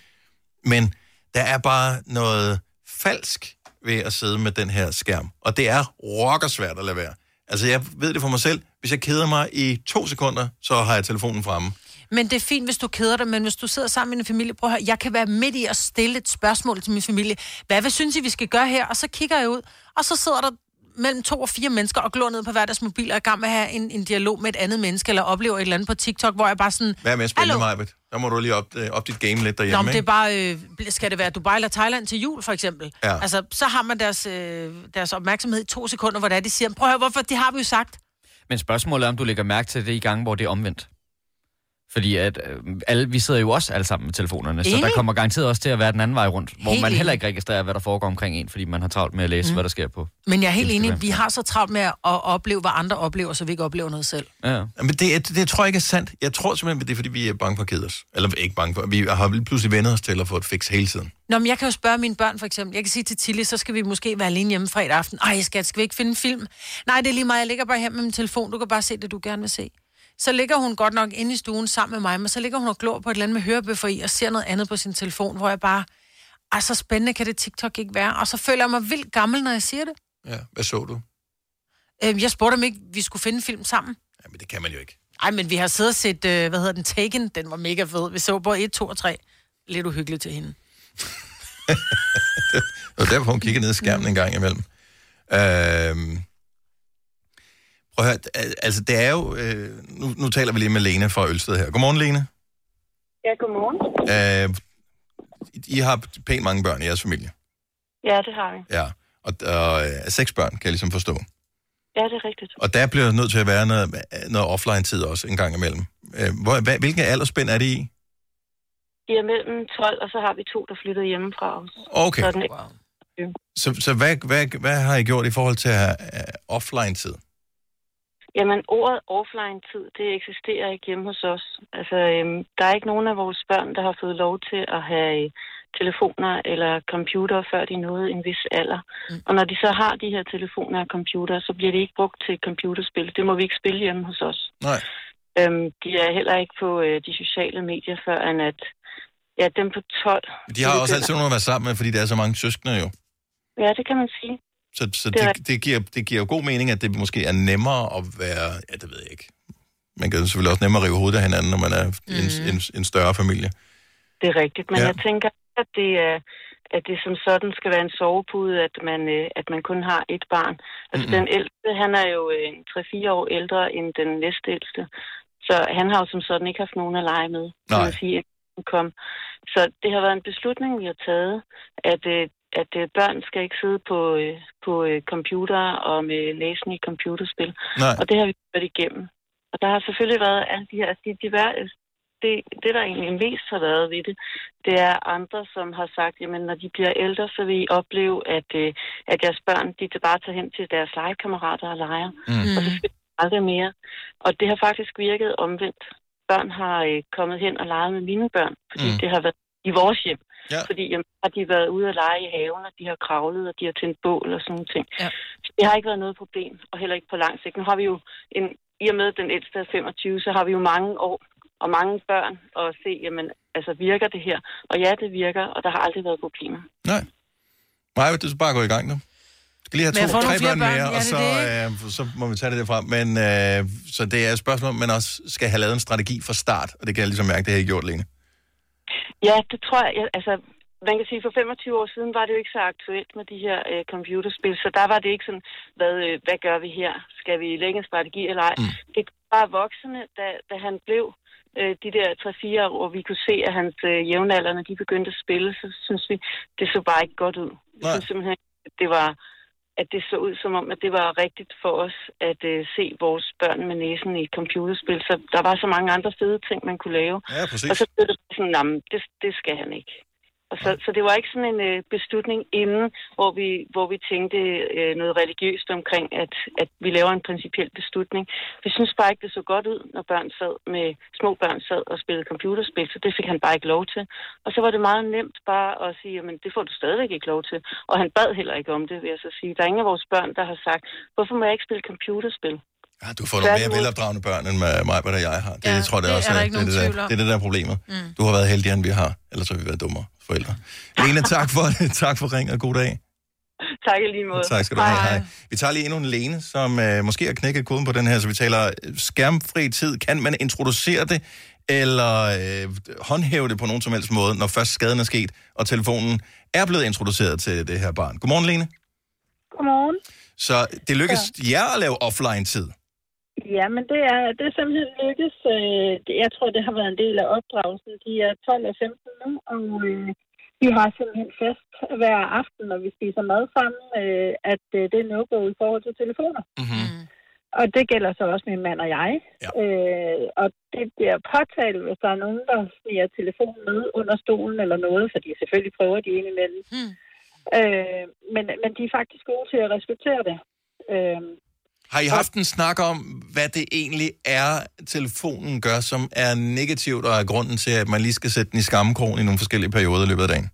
Speaker 1: Men der er bare noget falsk ved at sidde med den her skærm. Og det er rockersvært at lade være. Altså, jeg ved det for mig selv. Hvis jeg keder mig i to sekunder, så har jeg telefonen fremme.
Speaker 2: Men det er fint, hvis du keder dig, men hvis du sidder sammen med din familie, prøv at høre, jeg kan være midt i at stille et spørgsmål til min familie. Hvad, hvad synes I, vi skal gøre her? Og så kigger jeg ud, og så sidder der mellem to og fire mennesker og glor ned på hver deres mobil og er i gang med at have en, en dialog med et andet menneske, eller oplever et eller andet på TikTok, hvor jeg bare sådan...
Speaker 1: Hvad med at spille
Speaker 2: "Hallo?"
Speaker 1: mig, Der må du lige op, øh, op dit game lidt derhjemme,
Speaker 2: Nå, men det er
Speaker 1: ikke?
Speaker 2: bare, øh, skal det være Dubai eller Thailand til jul, for eksempel?
Speaker 1: Ja.
Speaker 2: Altså, så har man deres, øh, deres opmærksomhed i to sekunder, hvor det er, de siger, prøv at høre, hvorfor, det har vi jo sagt.
Speaker 3: Men spørgsmålet er, om du lægger mærke til det i gange, hvor det er omvendt. Fordi at øh, alle, vi sidder jo også alle sammen med telefonerne, så der
Speaker 2: Enig.
Speaker 3: kommer garanteret også til at være den anden vej rundt, hvor
Speaker 2: Helt
Speaker 3: man heller
Speaker 2: enig.
Speaker 3: ikke registrerer, hvad der foregår omkring en, fordi man har travlt med at læse,
Speaker 2: Mm.
Speaker 3: mm. hvad der sker på.
Speaker 2: Men jeg er helt
Speaker 3: Instagram.
Speaker 2: enig, vi har så travlt med at opleve, hvad andre oplever, så vi ikke oplever noget selv.
Speaker 3: Ja.
Speaker 1: Men det, er- det tror jeg ikke er sandt. Jeg tror simpelthen, at det er, fordi vi er bange for at kede os. Eller ikke bange for. Vi har lige pludselig vendt os til at få et fix hele tiden.
Speaker 2: Nå, men jeg kan jo spørge mine børn, for eksempel. Jeg kan sige til Tilly, så skal vi måske være alene hjemme fredag aften. Ej, skat, skal vi ikke finde en film? Nej, det er lige mig. Jeg ligger bare her med min telefon. Du kan bare se det, du gerne vil se. Så ligger hun godt nok inde i stuen sammen med mig, men så ligger hun og glor på et eller andet med hørebøffer i og ser noget andet på sin telefon, hvor jeg bare... Ej, så spændende kan det TikTok ikke være. Og så føler jeg mig vildt gammel, når jeg siger det.
Speaker 1: Ja. Hvad så du?
Speaker 2: Øhm, Jeg spurgte, om ikke vi skulle finde en film sammen.
Speaker 1: Jamen, det kan man jo ikke.
Speaker 2: Ej, men vi har siddet og set, øh, hvad hedder den, Taken. Den var mega fed. Vi så både 1, 2 og 3. Lidt uhyggeligt til hende.
Speaker 1: Det var derfor, hun kiggede ned i skærmen en gang imellem. Øhm, prøv at høre, al- altså det er jo... Øh, nu, nu taler vi lige med Lene fra Ølsted her. Godmorgen, Lene.
Speaker 20: Ja, godmorgen.
Speaker 1: Øh, I har pænt mange børn i jeres familie.
Speaker 20: Ja, det har vi.
Speaker 1: Ja. Og, og øh, seks børn, kan jeg ligesom forstå.
Speaker 20: Ja, det er rigtigt.
Speaker 1: Og der bliver nødt til at være noget, noget offline-tid også en gang imellem. Øh, hvor, hvad, hvilken aldersspænd er det i?
Speaker 20: I er mellem 12, og så har vi to, der flyttede hjemmefra os.
Speaker 1: Okay.
Speaker 20: Så er den ikke-
Speaker 1: Så, så hvad, hvad, hvad har I gjort i forhold til at have øh, offline-tid?
Speaker 20: Jamen, ordet offline-tid, det eksisterer ikke hjemme hos os. Altså, øhm, der er ikke nogen af vores børn, der har fået lov til at have øh, telefoner eller computer, før de nåede en vis alder. Mm. Og når de så har de her telefoner og computer, så bliver de ikke brugt til computerspil. Det må vi ikke spille hjemme hos os.
Speaker 1: Nej.
Speaker 20: Øhm, de er heller ikke på øh, de sociale medier, før end at ja, dem på 12...
Speaker 1: De har også altså-
Speaker 20: begynder-
Speaker 1: altid nogen at være sammen med, fordi der er så mange søskende jo.
Speaker 20: Ja, det kan man sige.
Speaker 1: Så, så
Speaker 20: Det er
Speaker 1: det, det, giver, det giver jo god mening, at det måske er nemmere at være... Ja, det ved jeg ikke. Man kan selvfølgelig også nemmere rive hovedet af hinanden, når man er mm. en,
Speaker 20: Mhm.
Speaker 1: en, en større familie.
Speaker 20: Det er rigtigt, men
Speaker 1: Ja.
Speaker 20: ja. jeg tænker, at det er at det som sådan skal være en sovepude, at man, øh, at man kun har et barn. Altså
Speaker 21: Mm-mm.
Speaker 20: mm-hmm. den ældste, han er jo øh, en 3-4 år ældre end den næstældste, så han har jo som sådan ikke haft nogen at lege med, kan
Speaker 1: Nej.
Speaker 20: man sige, inden han kom. Så det har været en beslutning, vi har taget, at, øh, at øh, børn skal ikke sidde på, øh, på øh, computer og med næsen i computerspil.
Speaker 22: Nej.
Speaker 20: Og det har vi været igennem. Og der har selvfølgelig været alle de her... De, de, de, det, det, der egentlig mest har været ved det, det er andre, som har sagt, jamen når de bliver ældre, så vil I opleve, at, øh, at jeres børn, de til bare tager hen til deres legekammerater og leger.
Speaker 18: Mm.
Speaker 20: Og så skal de aldrig mere. Og det har faktisk virket omvendt. Børn har øh, kommet hen og leget med mine børn, fordi
Speaker 18: Mm.
Speaker 20: mm. det har været i vores hjem.
Speaker 18: Ja.
Speaker 20: Fordi jamen, har de været ude og lege i haven, og de har kravlet, og de har tændt bål og sådan nogle ting. Ja. Så det har ikke været noget problem, og heller ikke på lang sigt. Nu har vi jo, en, i og med at den ældste er 25, så har vi jo mange år og mange børn og se, jamen, altså virker det her? Og ja, det virker, og der har aldrig været problemer.
Speaker 1: Nej. Nej, du skal bare gå i gang nu. Du skal lige
Speaker 20: Men
Speaker 1: have
Speaker 20: jeg
Speaker 1: to,
Speaker 20: får nogle
Speaker 1: tre
Speaker 20: flere
Speaker 1: børn
Speaker 20: børn,
Speaker 1: mere,
Speaker 20: ja,
Speaker 1: og så,
Speaker 20: det
Speaker 1: øh, så må vi tage det derfra. Men, øh, så det er et spørgsmål, man også skal have lavet en strategi fra start, og det kan jeg ligesom mærke, det har jeg ikke gjort længe.
Speaker 20: Ja, det tror jeg. jeg- Altså, man kan sige, for 25 år siden var det jo ikke så aktuelt med de her øh, computerspil, så der var det ikke sådan, hvad, øh, hvad gør vi her? Skal vi lægge en strategi eller ej? Mm. Det var voksne, da, da han blev øh, de der 3-4 år, og vi kunne se, at hans øh, jævnaldrende, de begyndte at spille, så synes vi, det så bare ikke godt ud. Vi
Speaker 19: Nej.
Speaker 20: synes simpelthen, at det var at det så ud som om, at det var rigtigt for os at øh, se vores børn med næsen i et computerspil. Så der var så mange andre fede ting, man kunne lave.
Speaker 1: Ja, præcis.
Speaker 20: Og så blev det sådan, at det, det skal han ikke. Og så, så det var ikke sådan en øh, beslutning inden, hvor vi, hvor vi tænkte øh, noget religiøst omkring, at, at vi laver en principiel beslutning. Vi synes bare ikke, det så godt ud, når børn sad med, små børn sad og spillede computerspil, så det fik han bare ikke lov til. Og så var det meget nemt bare at sige, men det får du stadigvæk ikke lov til. Og han bad heller ikke om det, vil jeg så sige. Der er ingen af vores børn, der har sagt, hvorfor må jeg ikke spille computerspil?
Speaker 1: Ja, du får nogle mere velopdragende børn, end mig, mig og jeg har. Det ja, tror jeg det
Speaker 20: det
Speaker 1: også
Speaker 20: er der
Speaker 1: er.
Speaker 20: ikke
Speaker 1: det, er
Speaker 20: nogen
Speaker 1: det, der,
Speaker 20: tvivl om.
Speaker 1: det er det, der er problemet.
Speaker 20: Mm.
Speaker 1: Du har været heldigere, end vi har. Ellers har vi været dummere forældre. Lena, tak for det. Tak for ring, og god dag.
Speaker 20: Tak i lige måde.
Speaker 1: Tak skal du have. Hej. Vi tager lige endnu en Lene, som øh, måske har knækket koden på den her, så vi taler øh, skærmfri tid. Kan man introducere det, eller øh, håndhæve det på nogen som helst måde, når først skaden er sket, og telefonen er blevet introduceret til det her barn? Godmorgen, Lene.
Speaker 21: Godmorgen.
Speaker 1: Så det lykkedes ja. jer at lave offline-tid.
Speaker 21: Ja, men det er, det er simpelthen lykkes. Øh, det- Jeg tror, det har været en del af opdragelsen. De er 12 og 15 nu, og øh, vi har simpelthen fest hver aften, når vi spiser mad sammen, øh, at øh, det er no-go i forhold til telefoner.
Speaker 17: Mm.
Speaker 1: Mm-hmm.
Speaker 21: Og det gælder så også min mand og jeg. Ja. Øh, og det bliver påtalt, hvis der er nogen, der sniger telefonen med under stolen eller noget, fordi selvfølgelig prøver de indimellem.
Speaker 2: Mm.
Speaker 21: Øh, men, men de er faktisk gode til at respektere det. Øh,
Speaker 1: Har I haft en snak om, hvad det egentlig er, telefonen gør, som er negativt, og er grunden til, at man lige skal sætte den i skammekrogen i nogle forskellige perioder i løbet af dagen?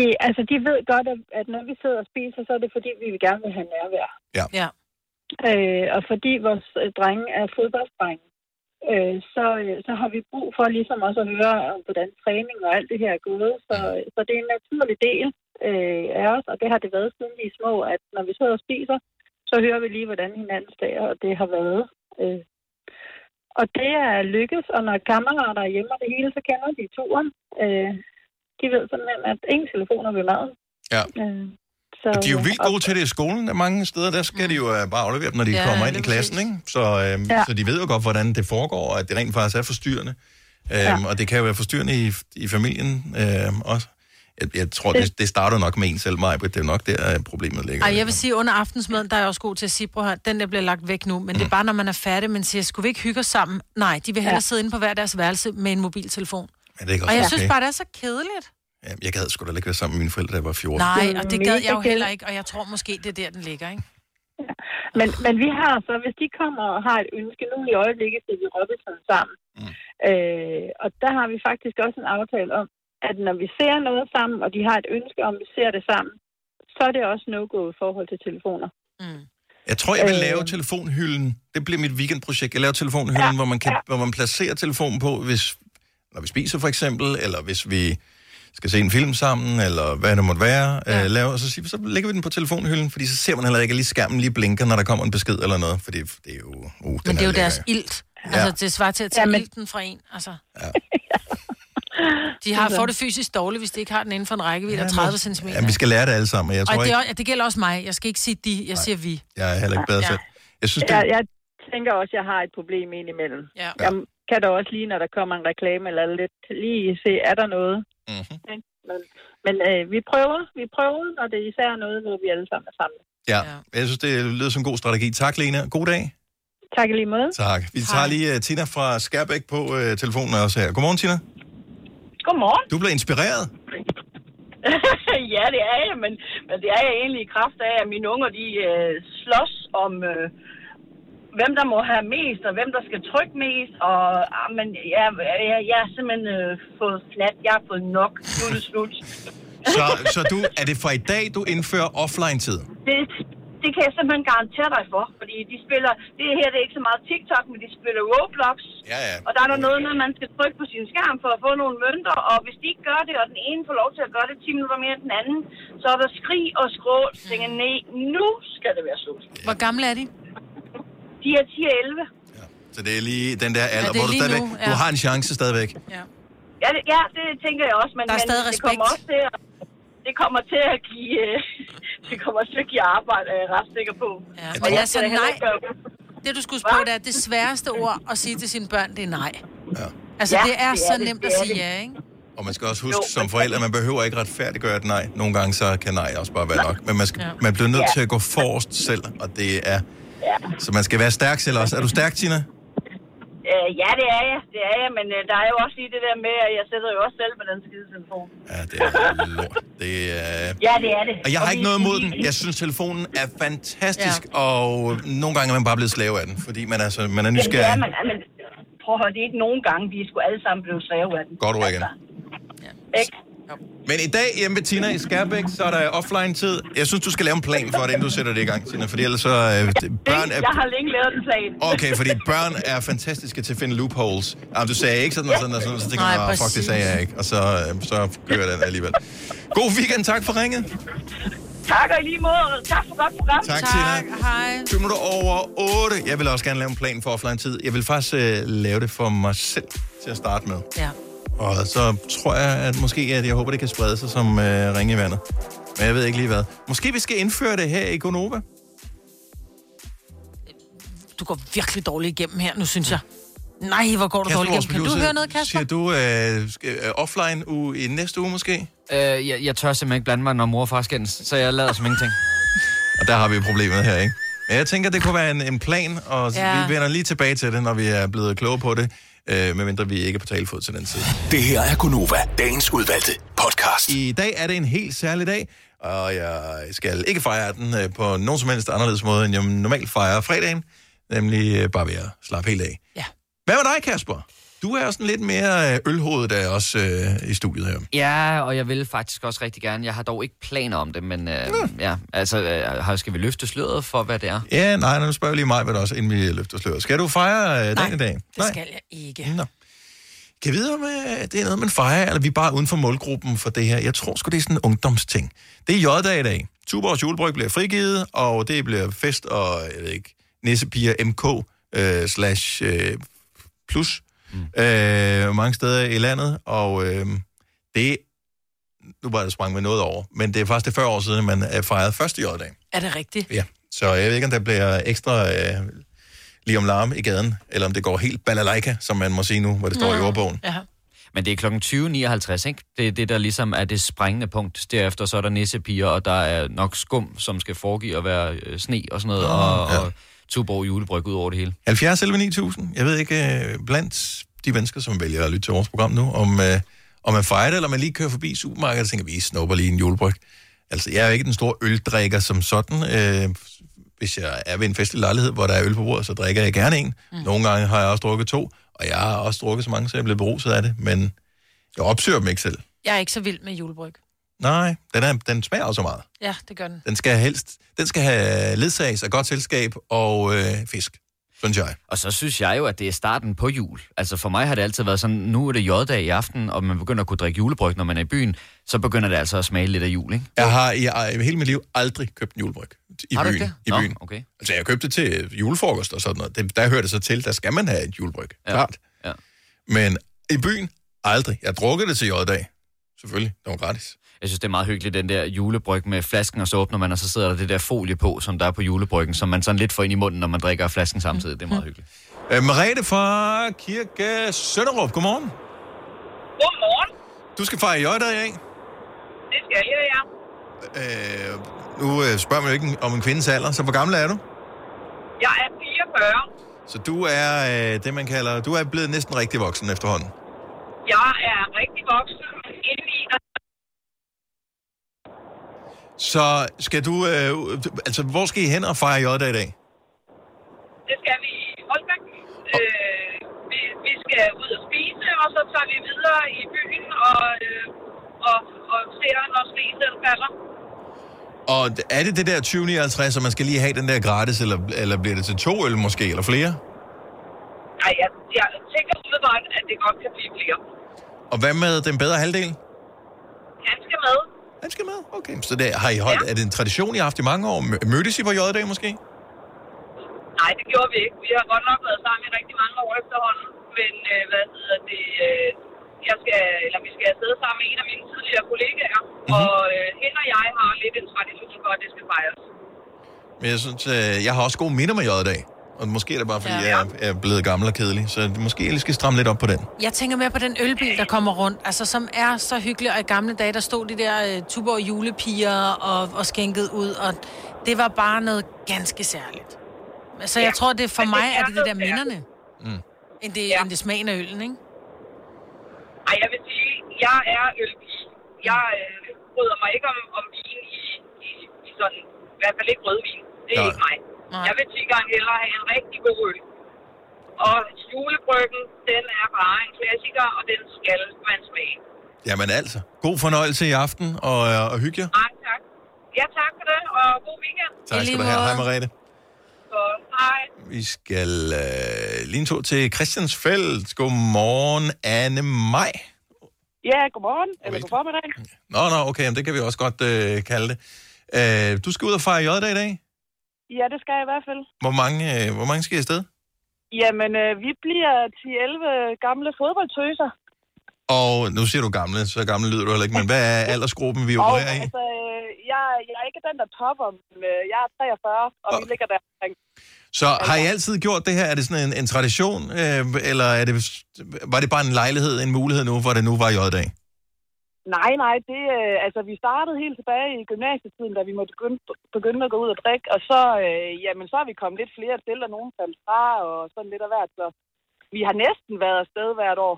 Speaker 21: I, altså, de ved godt, at, at når vi sidder og spiser, så er det fordi, vi vil gerne vil have nærvær.
Speaker 1: Ja.
Speaker 2: ja.
Speaker 21: Øh, og fordi vores øh, drenge er fodbolddrenge, øh, så, øh, så har vi brug for ligesom også at høre, om hvordan træning og alt det her er gået. Så, så det er en naturlig del øh, af os, og det har det været siden vi er små, at når vi sidder og spiser, så hører vi lige, hvordan hinandens dag og det har været. Øh. Og det er lykkes, og når kammerater er hjemme og det hele, så kender de turen. Øh, de ved simpelthen, at ingen telefoner ved maden.
Speaker 1: Ja.
Speaker 21: Øh, så,
Speaker 1: Og de er jo vildt gode til det i skolen, der mange steder. Der skal de jo øh, bare aflevere dem, når de
Speaker 21: Ja,
Speaker 1: ja, kommer ind i
Speaker 21: lige
Speaker 1: klassen,
Speaker 21: præcis.
Speaker 1: ikke? Så, øh,
Speaker 21: Ja.
Speaker 1: ja. så de ved jo godt, hvordan det foregår, og at det rent faktisk er forstyrrende. Øh,
Speaker 21: Ja.
Speaker 1: ja. Og det kan jo være forstyrrende i, i familien øh, også. Jeg, jeg tror, det, det starter nok med en selv, Majbrit. Det er nok der, øh, problemet ligger.
Speaker 2: Ej, jeg vil sige, under aftensmaden, der er jeg også god til at sige, bror, her, den der bliver lagt væk nu,
Speaker 1: Mm.
Speaker 2: men det er bare, når man er færdig, man siger, skulle vi ikke hygge os sammen? Nej, de vil hellere
Speaker 21: Ja.
Speaker 2: ja. sidde inde på hver deres værelse med en mobiltelefon.
Speaker 1: Men det er ikke
Speaker 2: Og
Speaker 1: også
Speaker 2: jeg
Speaker 1: okay.
Speaker 2: synes bare, det er så kedeligt.
Speaker 1: Ja, Jeg gad sgu da ikke være sammen med mine forældre, da jeg var 14.
Speaker 2: Nej, og det gad jeg jo
Speaker 21: Mega
Speaker 2: heller ikke, og jeg tror måske, det er der, den ligger, ikke?
Speaker 21: Men, men vi har så, hvis de kommer og har et ønske, nu i øjeblikket sidder vi Robinson sammen. Mm. Øh, og der har vi faktisk også en aftale om, at når vi ser noget sammen, og de har et ønske om, at vi ser det sammen, så er det også no-go i forhold til telefoner.
Speaker 1: Jeg tror, jeg vil
Speaker 21: Øh.
Speaker 1: lave telefonhylden. Det bliver mit weekendprojekt. Jeg laver telefonhylden, ja. hvor, man kan, hvor man placerer telefonen på, hvis, når vi spiser for eksempel, eller hvis vi skal se en film sammen, eller hvad det måtte være. Ja. Øh, laver, og så, siger vi, så lægger vi den på telefonhylden, fordi så ser man heller ikke, at lige skærmen lige blinker, når der kommer en besked eller noget. Fordi det er jo... Uh, den
Speaker 2: Men det er jo
Speaker 1: lækker,
Speaker 2: deres ilt. Altså, det svarer til at tage
Speaker 21: Jamen.
Speaker 2: ilten fra en, altså. De har, får det fysisk dårligt, hvis de ikke har den inden for en rækkevidde af 30 cm.
Speaker 1: Ja, vi skal lære det alle sammen, og jeg
Speaker 2: Jeg
Speaker 1: tror
Speaker 2: og det, er,
Speaker 1: ikke,
Speaker 2: også- det gælder også mig. Jeg skal ikke sige de, jeg siger vi.
Speaker 1: jeg er heller ikke bedre
Speaker 2: Ja.
Speaker 1: selv. Jeg synes, det,
Speaker 21: Jeg, jeg tænker også, at jeg har et problem indimellem.
Speaker 2: Ja.
Speaker 21: Jeg kan da også lige, når der kommer en reklame eller lidt, lige se, er der noget?
Speaker 1: Mm-hmm.
Speaker 23: Men, men øh, vi prøver, vi prøver, og det er især noget, hvor vi alle sammen er sammen.
Speaker 1: Ja. Jeg synes, det lyder som en god strategi. Tak, Lena. God dag.
Speaker 23: Tak i lige måde.
Speaker 1: Tak. Vi tager lige uh, Tina fra Skærbæk på uh, telefonen også her. Godmorgen, Tina.
Speaker 21: Godmorgen.
Speaker 1: Du blev inspireret.
Speaker 21: ja, det er jeg, men, men det er jeg egentlig i kraft af, at mine unger, de øh, slås om, øh, hvem der må have mest, og hvem der skal trykke mest, og ah, men, jeg, jeg, jeg er simpelthen øh, fået flat, jeg har fået nok, nu er det slut.
Speaker 1: Så, så du, er det fra i dag, du indfører offline-tid?
Speaker 21: Det, det kan jeg simpelthen garantere dig for, fordi de spiller, det her det er ikke så meget TikTok, men de spiller Roblox.
Speaker 1: Ja, ja.
Speaker 21: Og der er der noget med, at man skal trykke på sin skærm for at få nogle mønter, og hvis de ikke gør det, og den ene får lov til at gøre det 10 minutter mere end den anden, så er der skrig og skrål. Jeg tænker, nej, nu skal det være slut.
Speaker 2: Hvor gamle er de?
Speaker 21: De er 10 og 11.
Speaker 1: Så det er lige den der alder,
Speaker 21: det er
Speaker 1: ja, hvor du,
Speaker 21: lige
Speaker 1: stadigvæk,
Speaker 21: nu,
Speaker 1: nu,
Speaker 21: ja.
Speaker 1: ja. du har en chance stadigvæk.
Speaker 21: Ja, det, ja, det tænker jeg også, men,
Speaker 2: Der er
Speaker 21: men
Speaker 2: stadig
Speaker 21: det kommer
Speaker 2: respekt.
Speaker 21: også til at, det kommer til at give, øh, det kommer til at give arbejde, er jeg ret sikker på. Ja.
Speaker 2: Og jeg sagde nej. Det, du skulle spørge, det er det sværeste ord at sige til sine børn, det er nej. Ja. Altså,
Speaker 21: Ja,
Speaker 2: det er
Speaker 21: det
Speaker 2: så
Speaker 21: er det,
Speaker 2: nemt
Speaker 21: det
Speaker 2: at
Speaker 21: er
Speaker 2: sige
Speaker 21: det.
Speaker 2: ja, ikke?
Speaker 1: Og man skal også huske jo, som forældre, man behøver ikke retfærdiggøre et nej. Nogle gange så kan nej også bare være nok. Men man, skal,
Speaker 2: Ja.
Speaker 1: ja. man bliver nødt
Speaker 2: Ja.
Speaker 1: ja. til at gå forrest selv, og det er... Ja. Så man skal være stærk selv også. Er du stærk, Tina?
Speaker 21: Øh, ja, det er jeg, det er jeg, men øh, der er jo også lige det der med, at jeg sætter jo også selv med den skide telefon.
Speaker 1: Ja, det er lort. Det er...
Speaker 21: Ja, det er det.
Speaker 1: Og jeg har
Speaker 21: Og
Speaker 1: ikke
Speaker 21: vi-
Speaker 1: noget imod
Speaker 21: vi-
Speaker 1: den. Jeg synes, telefonen er fantastisk, ja. og nogle gange er man bare blevet slave af den, fordi man er, så, man er
Speaker 21: Jamen, det
Speaker 1: nysgerrig.
Speaker 21: er man, men prøv at høre, det er ikke nogen gange, vi er sgu alle sammen blevet slave af den.
Speaker 1: Godt ord
Speaker 21: Altså,
Speaker 1: igen.
Speaker 21: Ikke?
Speaker 1: Men i dag hjemme ved Tina i Skærbæk, så er der offline-tid. Jeg synes, du skal lave en plan for det, inden du sætter det i gang, Tina, fordi ellers så... Øh, det- børn er...
Speaker 21: Jeg har længe lavet den plan.
Speaker 1: Okay, fordi børn er fantastiske til at finde loopholes. Jamen, du sagde ikke sådan og sådan og sådan, og så tænker
Speaker 21: Nej,
Speaker 1: man, "Ah, fuck, det
Speaker 21: præcis.
Speaker 1: sagde jeg ikke. Og så, øh, så kører den alligevel. God weekend, tak for ringet.
Speaker 21: Tak og i lige måde, og tak for godt program.
Speaker 1: Tak, Tina.
Speaker 2: Hej.
Speaker 1: 20 minutter over 8. Jeg vil også gerne lave en plan for offline-tid. Jeg vil faktisk øh, lave det for mig selv til at starte med.
Speaker 2: Ja.
Speaker 1: Og så tror jeg, at måske, at jeg håber, det kan sprede sig som øh, ringe i vandet. Men jeg ved ikke lige hvad. Måske vi skal indføre det her i Gonova.
Speaker 2: Du går virkelig dårligt igennem her, nu synes jeg. Nej, hvor går du dårligt
Speaker 1: vores
Speaker 2: igennem. Kan du
Speaker 1: producer,
Speaker 2: høre noget, Kasper?
Speaker 1: Siger du øh, skal- øh, offline uge i næste uge måske?
Speaker 3: Øh, jeg, jeg tør simpelthen ikke blande mig, når mor og far skændes, så jeg lader som ingenting.
Speaker 1: Og der har vi problemet her, ikke? Men jeg tænker, det kunne være en, en plan, og
Speaker 11: Ja.
Speaker 1: ja. vi vender lige tilbage til det, når vi er blevet kloge på det, øh, medmindre vi ikke er på talefod til den tid.
Speaker 11: Det her er Gunova, dagens udvalgte podcast.
Speaker 1: I dag er det en helt særlig dag, og jeg skal ikke fejre den øh, på nogen som helst anderledes måde, end jeg normalt fejrer fredagen, nemlig øh, bare ved at slappe helt af.
Speaker 2: Ja.
Speaker 1: Hvad med dig, Kasper? Du er sådan lidt mere øh, ølhovedet af os øh, i studiet her.
Speaker 3: Ja, og jeg vil faktisk også rigtig gerne. Jeg har dog ikke planer om det, men øh, ja, altså, øh, har- skal vi løfte sløret for, hvad det er?
Speaker 1: Ja, nej, nu spørger jeg lige mig, hvad der også, inden vi løfter sløret. Skal du fejre øh, dagen i dag?
Speaker 2: det skal jeg ikke.
Speaker 1: Nå. Kan jeg vide, om øh, det er noget, man fejrer, eller vi er bare uden for målgruppen for det her? Jeg tror sgu, det er sådan en ungdomsting. Det er J-dag i dag. Tuborgs julebryg bliver frigivet, og det bliver fest og, jeg ved ikke, nissepiger MK øh, slash øh, plus mm. øh, mange steder i landet, og øh, det nu var det sprang med noget over, men det er faktisk det 40 år siden, at man øh, fejrede første J-dag.
Speaker 2: Er det rigtigt?
Speaker 1: Ja, så jeg ved ikke, om der bliver ekstra øh, lige om larm i gaden, eller om det går helt balalaika, som man må sige nu, hvor det står i ordbogen.
Speaker 2: Ja.
Speaker 3: Men det er klokken 20.59, ikke? Det er det, der ligesom er det sprængende punkt. Derefter så er der nissepiger, og der er nok skum, som skal foregive at være øh, sne og sådan noget, og, ja. og Tuborg julebryg ud over det hele.
Speaker 1: 70 11 9000. Jeg ved ikke, øh, blandt de mennesker, som vælger at lytte til vores program nu, om, øh, om man fejrer det, eller man lige kører forbi supermarkedet og tænker, vi snupper lige en julebryg. Altså, jeg er jo ikke den store øldrikker som sådan. Øh, hvis jeg er ved en festlig lejlighed, hvor der er øl på bordet, så drikker jeg gerne en. Mm. Nogle gange har jeg også drukket to, og jeg har også drukket så mange, så jeg blev beruset af det, men jeg opsøger dem ikke selv.
Speaker 2: Jeg er ikke så vild med julebryg.
Speaker 1: Nej, den, er, den smager også meget.
Speaker 2: Ja, det gør den.
Speaker 1: Den skal helst, den skal have ledsages af godt selskab og øh, fisk, synes jeg.
Speaker 3: Og så synes jeg jo, at det er starten på jul. Altså for mig har det altid været sådan, nu er det J-dag i aften, og man begynder at kunne drikke julebryg, når man er i byen, så begynder det altså at smage lidt af jul, ikke?
Speaker 1: Jeg har i, i hele mit liv aldrig købt en julebryg i
Speaker 3: Har du
Speaker 1: byen.
Speaker 3: ikke det?
Speaker 1: I
Speaker 3: Nå,
Speaker 1: byen.
Speaker 3: okay.
Speaker 1: Altså, jeg købte det til julefrokost og sådan noget. Det, der hører det så til, der skal man have et julebryg. Ja. Klart.
Speaker 3: Ja.
Speaker 1: Men i byen, aldrig. Jeg drukkede det til J-dag. Selvfølgelig. Det var gratis.
Speaker 3: Jeg synes, det er meget hyggeligt, den der julebryg med flasken, og så åbner man, og så sidder der det der folie på, som der er på julebryggen, som man sådan lidt får ind i munden, når man drikker af flasken samtidig. Det er meget hyggeligt.
Speaker 1: Øh, Merete fra Kirke Ah, Sønderup, godmorgen.
Speaker 21: Godmorgen.
Speaker 1: Du skal fejre J-dag i dag.
Speaker 16: Det skal jeg, ja.
Speaker 1: Øh, nu øh, spørger man jo ikke om en kvindes alder, så hvor gammel er du?
Speaker 16: Jeg er 44.
Speaker 1: Så du er øh, det, man kalder... Du er blevet næsten rigtig voksen efterhånden.
Speaker 16: Jeg er rigtig voksen inde i, altså, og
Speaker 1: Så skal du... Øh, ud- altså, hvor skal I hen og fejre Jodda i dag?
Speaker 16: det skal vi i Holbæk. Øh, vi, vi skal ud og spise, og så tager vi videre i byen og, øh, og, og ser, når sneen falder.
Speaker 1: Og er det det der 2059, så man skal lige have den der gratis, eller, eller bliver det til to øl måske, eller flere?
Speaker 16: Nej, jeg, jeg tænker umiddelbart, at det godt kan blive flere.
Speaker 1: Og hvad med den bedre halvdel?
Speaker 16: Han skal med.
Speaker 1: Han skal med? Okay. Så det, har I holdt, ja. er det en tradition, I har haft i mange år? Mø- Mødtes I på J-dag måske?
Speaker 16: Nej, det gjorde vi ikke. Vi har godt nok været sammen i rigtig mange år efterhånden. Men øh, hvad hedder det... Øh, jeg skal, eller vi skal sidde sammen med en af mine tidligere kollegaer. Mm-hmm. Og øh, hende og jeg har lidt en tradition for, at det skal fejres.
Speaker 1: Men jeg synes, øh, jeg har også gode minder med J-dag. Og måske er det bare, fordi ja. jeg er, er blevet gammel og kedelig, så måske jeg lige skal stramme lidt op på den.
Speaker 2: Jeg tænker mere på den ølbil, der kommer rundt, altså som er så hyggelig, og i gamle dage, der stod de der uh, Tuborg julepiger og, og skænkede ud, og det var bare noget ganske særligt. Så jeg
Speaker 16: Ja,
Speaker 2: tror, det er for
Speaker 16: men
Speaker 2: mig,
Speaker 16: det
Speaker 2: er
Speaker 16: er
Speaker 2: det det der
Speaker 16: noget
Speaker 2: minderne,
Speaker 1: Mm.
Speaker 2: end det, ja. end det smagen af øllen, ikke?
Speaker 16: Ej, jeg vil sige, jeg er ølpige. Jeg øh, bryder mig ikke om, om vin i, i, i sådan... I hvert fald ikke rødvin. Det er
Speaker 1: Nej.
Speaker 16: ikke mig. Nej. Jeg vil 10 gange hellere have en rigtig god øl. Og julebryggen, den er bare en klassiker, og den skal man smage.
Speaker 1: Jamen altså, god fornøjelse i aften, og, øh, og hygge jer.
Speaker 16: Mange tak. Ja, tak for det, og god weekend.
Speaker 1: Tak skal du have. Hej Mariette.
Speaker 16: Så, hej.
Speaker 1: Vi skal øh, lige en tur til Christiansfeld. Godmorgen, Anne Maj.
Speaker 24: Ja, godmorgen. Eller god formiddag.
Speaker 1: Nå, nå, okay, jamen, det kan vi også godt øh, kalde det. Øh, du skal ud og fejre J-dag i dag.
Speaker 24: Ja, det skal jeg i hvert fald.
Speaker 1: Hvor mange, øh, hvor mange skal I afsted?
Speaker 24: Jamen, øh, vi bliver 10-11 gamle fodboldtøser.
Speaker 1: Og nu siger du gamle, så gamle lyder du heller ikke, men hvad er aldersgruppen, vi opererer i?
Speaker 24: altså, øh, jeg, jeg er ikke den, der topper, men øh, jeg er 43, og vi ligger der omkring.
Speaker 1: Så har I altid gjort det her? Er det sådan en, en tradition, øh, eller er det, var det bare en lejlighed, en mulighed nu, hvor det nu var J-dag?
Speaker 24: Nej, nej, det, øh, altså, vi startede helt tilbage i gymnasietiden, da vi måtte begynde, begynde at gå ud og drikke, og så, øh, jamen, så er vi kommet lidt flere til, og nogen faldt fra, og sådan lidt af hvert, så vi har næsten været afsted hvert år.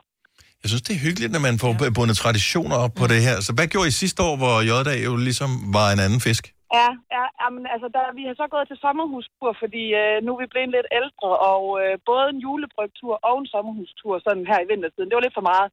Speaker 1: Jeg synes, det er hyggeligt, når man får ja. bundet traditioner op på det her. Så hvad gjorde I sidste år, hvor J-dag jo ligesom var en anden fisk?
Speaker 24: Ja, ja, jamen, altså, der, vi har så gået til sommerhustur, fordi øh, nu er vi blevet lidt ældre, og øh, både en julebrygtur og en sommerhustur, sådan her i vintertiden, det var lidt for meget.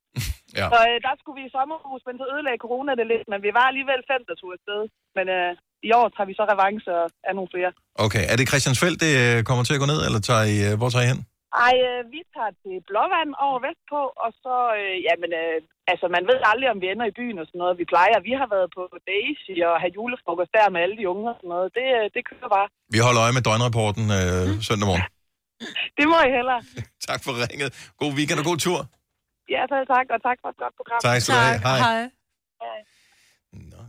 Speaker 1: Ja.
Speaker 24: Så øh, der skulle vi i sommerhus, men så ødelagde corona det lidt, men vi var alligevel fem, der tog afsted. Men øh, i år tager vi så revanche og er nogle flere.
Speaker 1: Okay, er det Christiansfeld, det øh, kommer til at gå ned, eller tager I, øh, hvor tager I hen?
Speaker 24: Ej, øh, vi tager til Blåvand over vestpå, og så, øh, jamen, øh, altså, man ved aldrig, om vi ender i byen og sådan noget. Vi plejer, vi har været på Daisy og have julefrokost der med alle de unge og sådan noget. Det, øh, det kører bare.
Speaker 1: Vi holder øje med døgnrapporten øh, søndag morgen.
Speaker 24: Det må I hellere.
Speaker 1: Tak for ringet. God weekend og god tur.
Speaker 24: Ja, selv tak, og tak for et godt program.
Speaker 1: Tak skal du have. Tak, Hej. hej.
Speaker 24: Hej.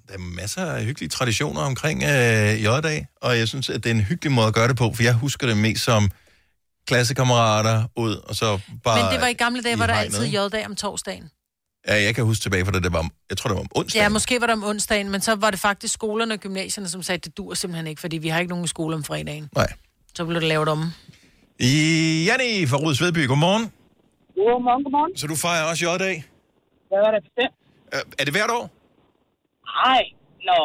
Speaker 1: Der er masser af hyggelige traditioner omkring øh, J-dag, og jeg synes, at det er en hyggelig måde at gøre det på, for jeg husker det mest som klassekammerater ud, og så bare...
Speaker 2: Men det var i gamle dage, hvor der altid
Speaker 1: hegnet, ikke?
Speaker 2: J-dag om torsdagen.
Speaker 1: Ja, jeg kan huske tilbage fra det, det var om, jeg tror, det var om onsdag.
Speaker 2: Ja, måske var det om onsdagen, men så var det faktisk skolerne og gymnasierne, som sagde, at det dur simpelthen ikke, fordi vi har ikke nogen skole om fredagen.
Speaker 1: Nej.
Speaker 2: Så blev det lavet om.
Speaker 1: I Janni fra Ruds Vedby, godmorgen.
Speaker 25: Godmorgen, godmorgen.
Speaker 1: Så du fejrer også J-dag?
Speaker 25: Hvad var det bestemt?
Speaker 1: Øh, Er det hvert år?
Speaker 25: Nej, nå,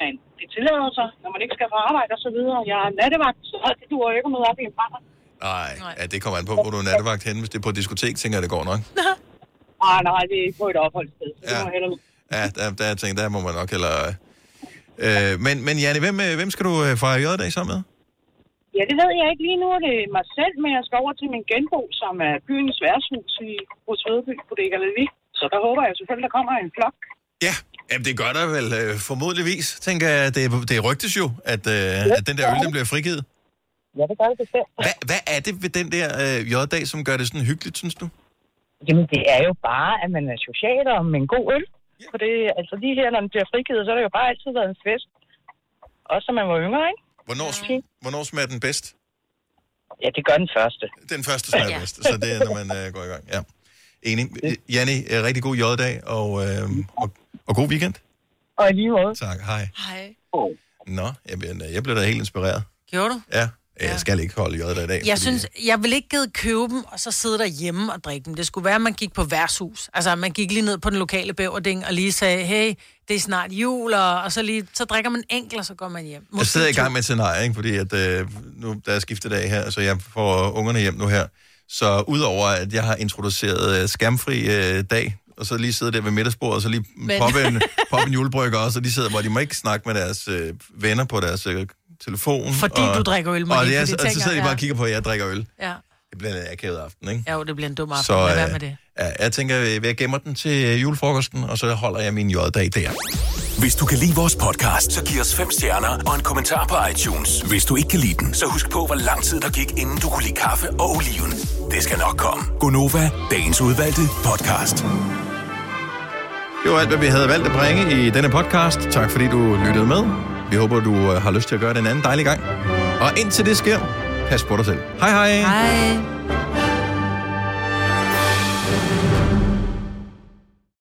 Speaker 25: men det tillader sig, når man ikke skal på arbejde og så videre. Jeg er nattevagt, så det duer jo ikke at møde op i en brænder.
Speaker 1: Nej, ja, det kommer an på, hvor du er nattevagt henne. Hvis det er på et diskotek, tænker jeg, det går nok.
Speaker 25: Nej, Ah, nej, det er ikke på et opholdssted. Så
Speaker 1: Ja.
Speaker 25: det må hellere...
Speaker 1: Ja, der, der, jeg tænker, der må man nok heller... Øh, men, men Janne, hvem, øh, hvem skal du øh, fejre J-dag sammen med?
Speaker 25: Ja, det ved jeg ikke lige nu. er Det er mig selv, men jeg skal over til min genbo, som er byens værtshus i Rosvedby på Dækkerlevi. Så der håber jeg selvfølgelig, der kommer en flok.
Speaker 1: Jamen, det gør der vel øh, formodentligvis, tænker jeg. Det, det rygtes jo, at, øh, at den der øl, den bliver frigivet.
Speaker 25: Ja, det gør det bestemt.
Speaker 1: Hvad, hvad er det ved den der øh, J-dag, som gør det sådan hyggeligt, synes du?
Speaker 25: Jamen, det er jo bare, at man er social og med en god øl. For det, altså lige her, når den bliver frigivet, så har det jo bare altid været en fest. Også når man var yngre, ikke?
Speaker 1: Hvornår, ja. hvornår smager den bedst?
Speaker 25: Ja, det gør den første.
Speaker 1: Den første smager ja.
Speaker 25: Ja.
Speaker 1: bedst, så det er, når man øh, går i gang. Ja. Enig. Øh, Janne, øh, rigtig god J-dag, og, øh, og, og god weekend.
Speaker 8: Og i lige måde.
Speaker 1: Tak, hej.
Speaker 2: Hej.
Speaker 1: Nå, jeg, blev- jeg blev da helt inspireret.
Speaker 2: Gjorde du?
Speaker 1: Ja, jeg skal ikke holde jøder i dag.
Speaker 2: Jeg synes,
Speaker 1: øh,
Speaker 2: jeg vil ikke gide købe dem, og så sidde derhjemme og drikke dem. Det skulle være, at man gik på værtshus. Altså, man gik lige ned på den lokale bæverding og lige sagde, hey, det er snart jul, og, og så, lige, så drikker man enkelt, og så går man hjem.
Speaker 1: Jeg sidder i gang med et scenarie, ikke? fordi at, øh, nu, der er skiftedag her, så jeg får ungerne hjem nu her. Så udover at jeg har introduceret øh, skærmfri øh, dag, og så lige sidder der ved middagsbordet, og så lige
Speaker 9: Men-
Speaker 1: poppe en, poppe en julebrygger også, og de sidder, hvor de må ikke snakke med deres øh, venner på deres øh, telefon.
Speaker 2: Fordi
Speaker 1: og,
Speaker 2: du drikker øl, Marie,
Speaker 1: og, jeg,
Speaker 2: for de
Speaker 1: og så
Speaker 2: tænker,
Speaker 1: sidder de bare
Speaker 2: ja.
Speaker 1: og kigger på, at jeg drikker øl.
Speaker 2: Ja.
Speaker 1: Det bliver en akavet aften, ikke?
Speaker 2: Ja, jo, det bliver en dum aften.
Speaker 1: Så,
Speaker 2: Så, øh...
Speaker 1: øh,
Speaker 2: Hvad med det?
Speaker 1: Ja, jeg tænker, at jeg gemmer den til øh, julefrokosten, og så holder jeg min J-dag der.
Speaker 5: Hvis du kan lide vores podcast, så giv os fem stjerner og en kommentar på iTunes. Hvis du ikke kan lide den, så husk på, hvor lang tid der gik, inden du kunne lide kaffe og oliven. Det skal nok komme.
Speaker 1: Gonova, dagens udvalgte podcast. Det var alt, hvad vi havde valgt at bringe i denne podcast. Tak fordi du lyttede med. Vi håber, du øh, har lyst til at gøre den anden dejlig gang. Og indtil det sker, pas på dig selv. Hej hej.
Speaker 2: Hej.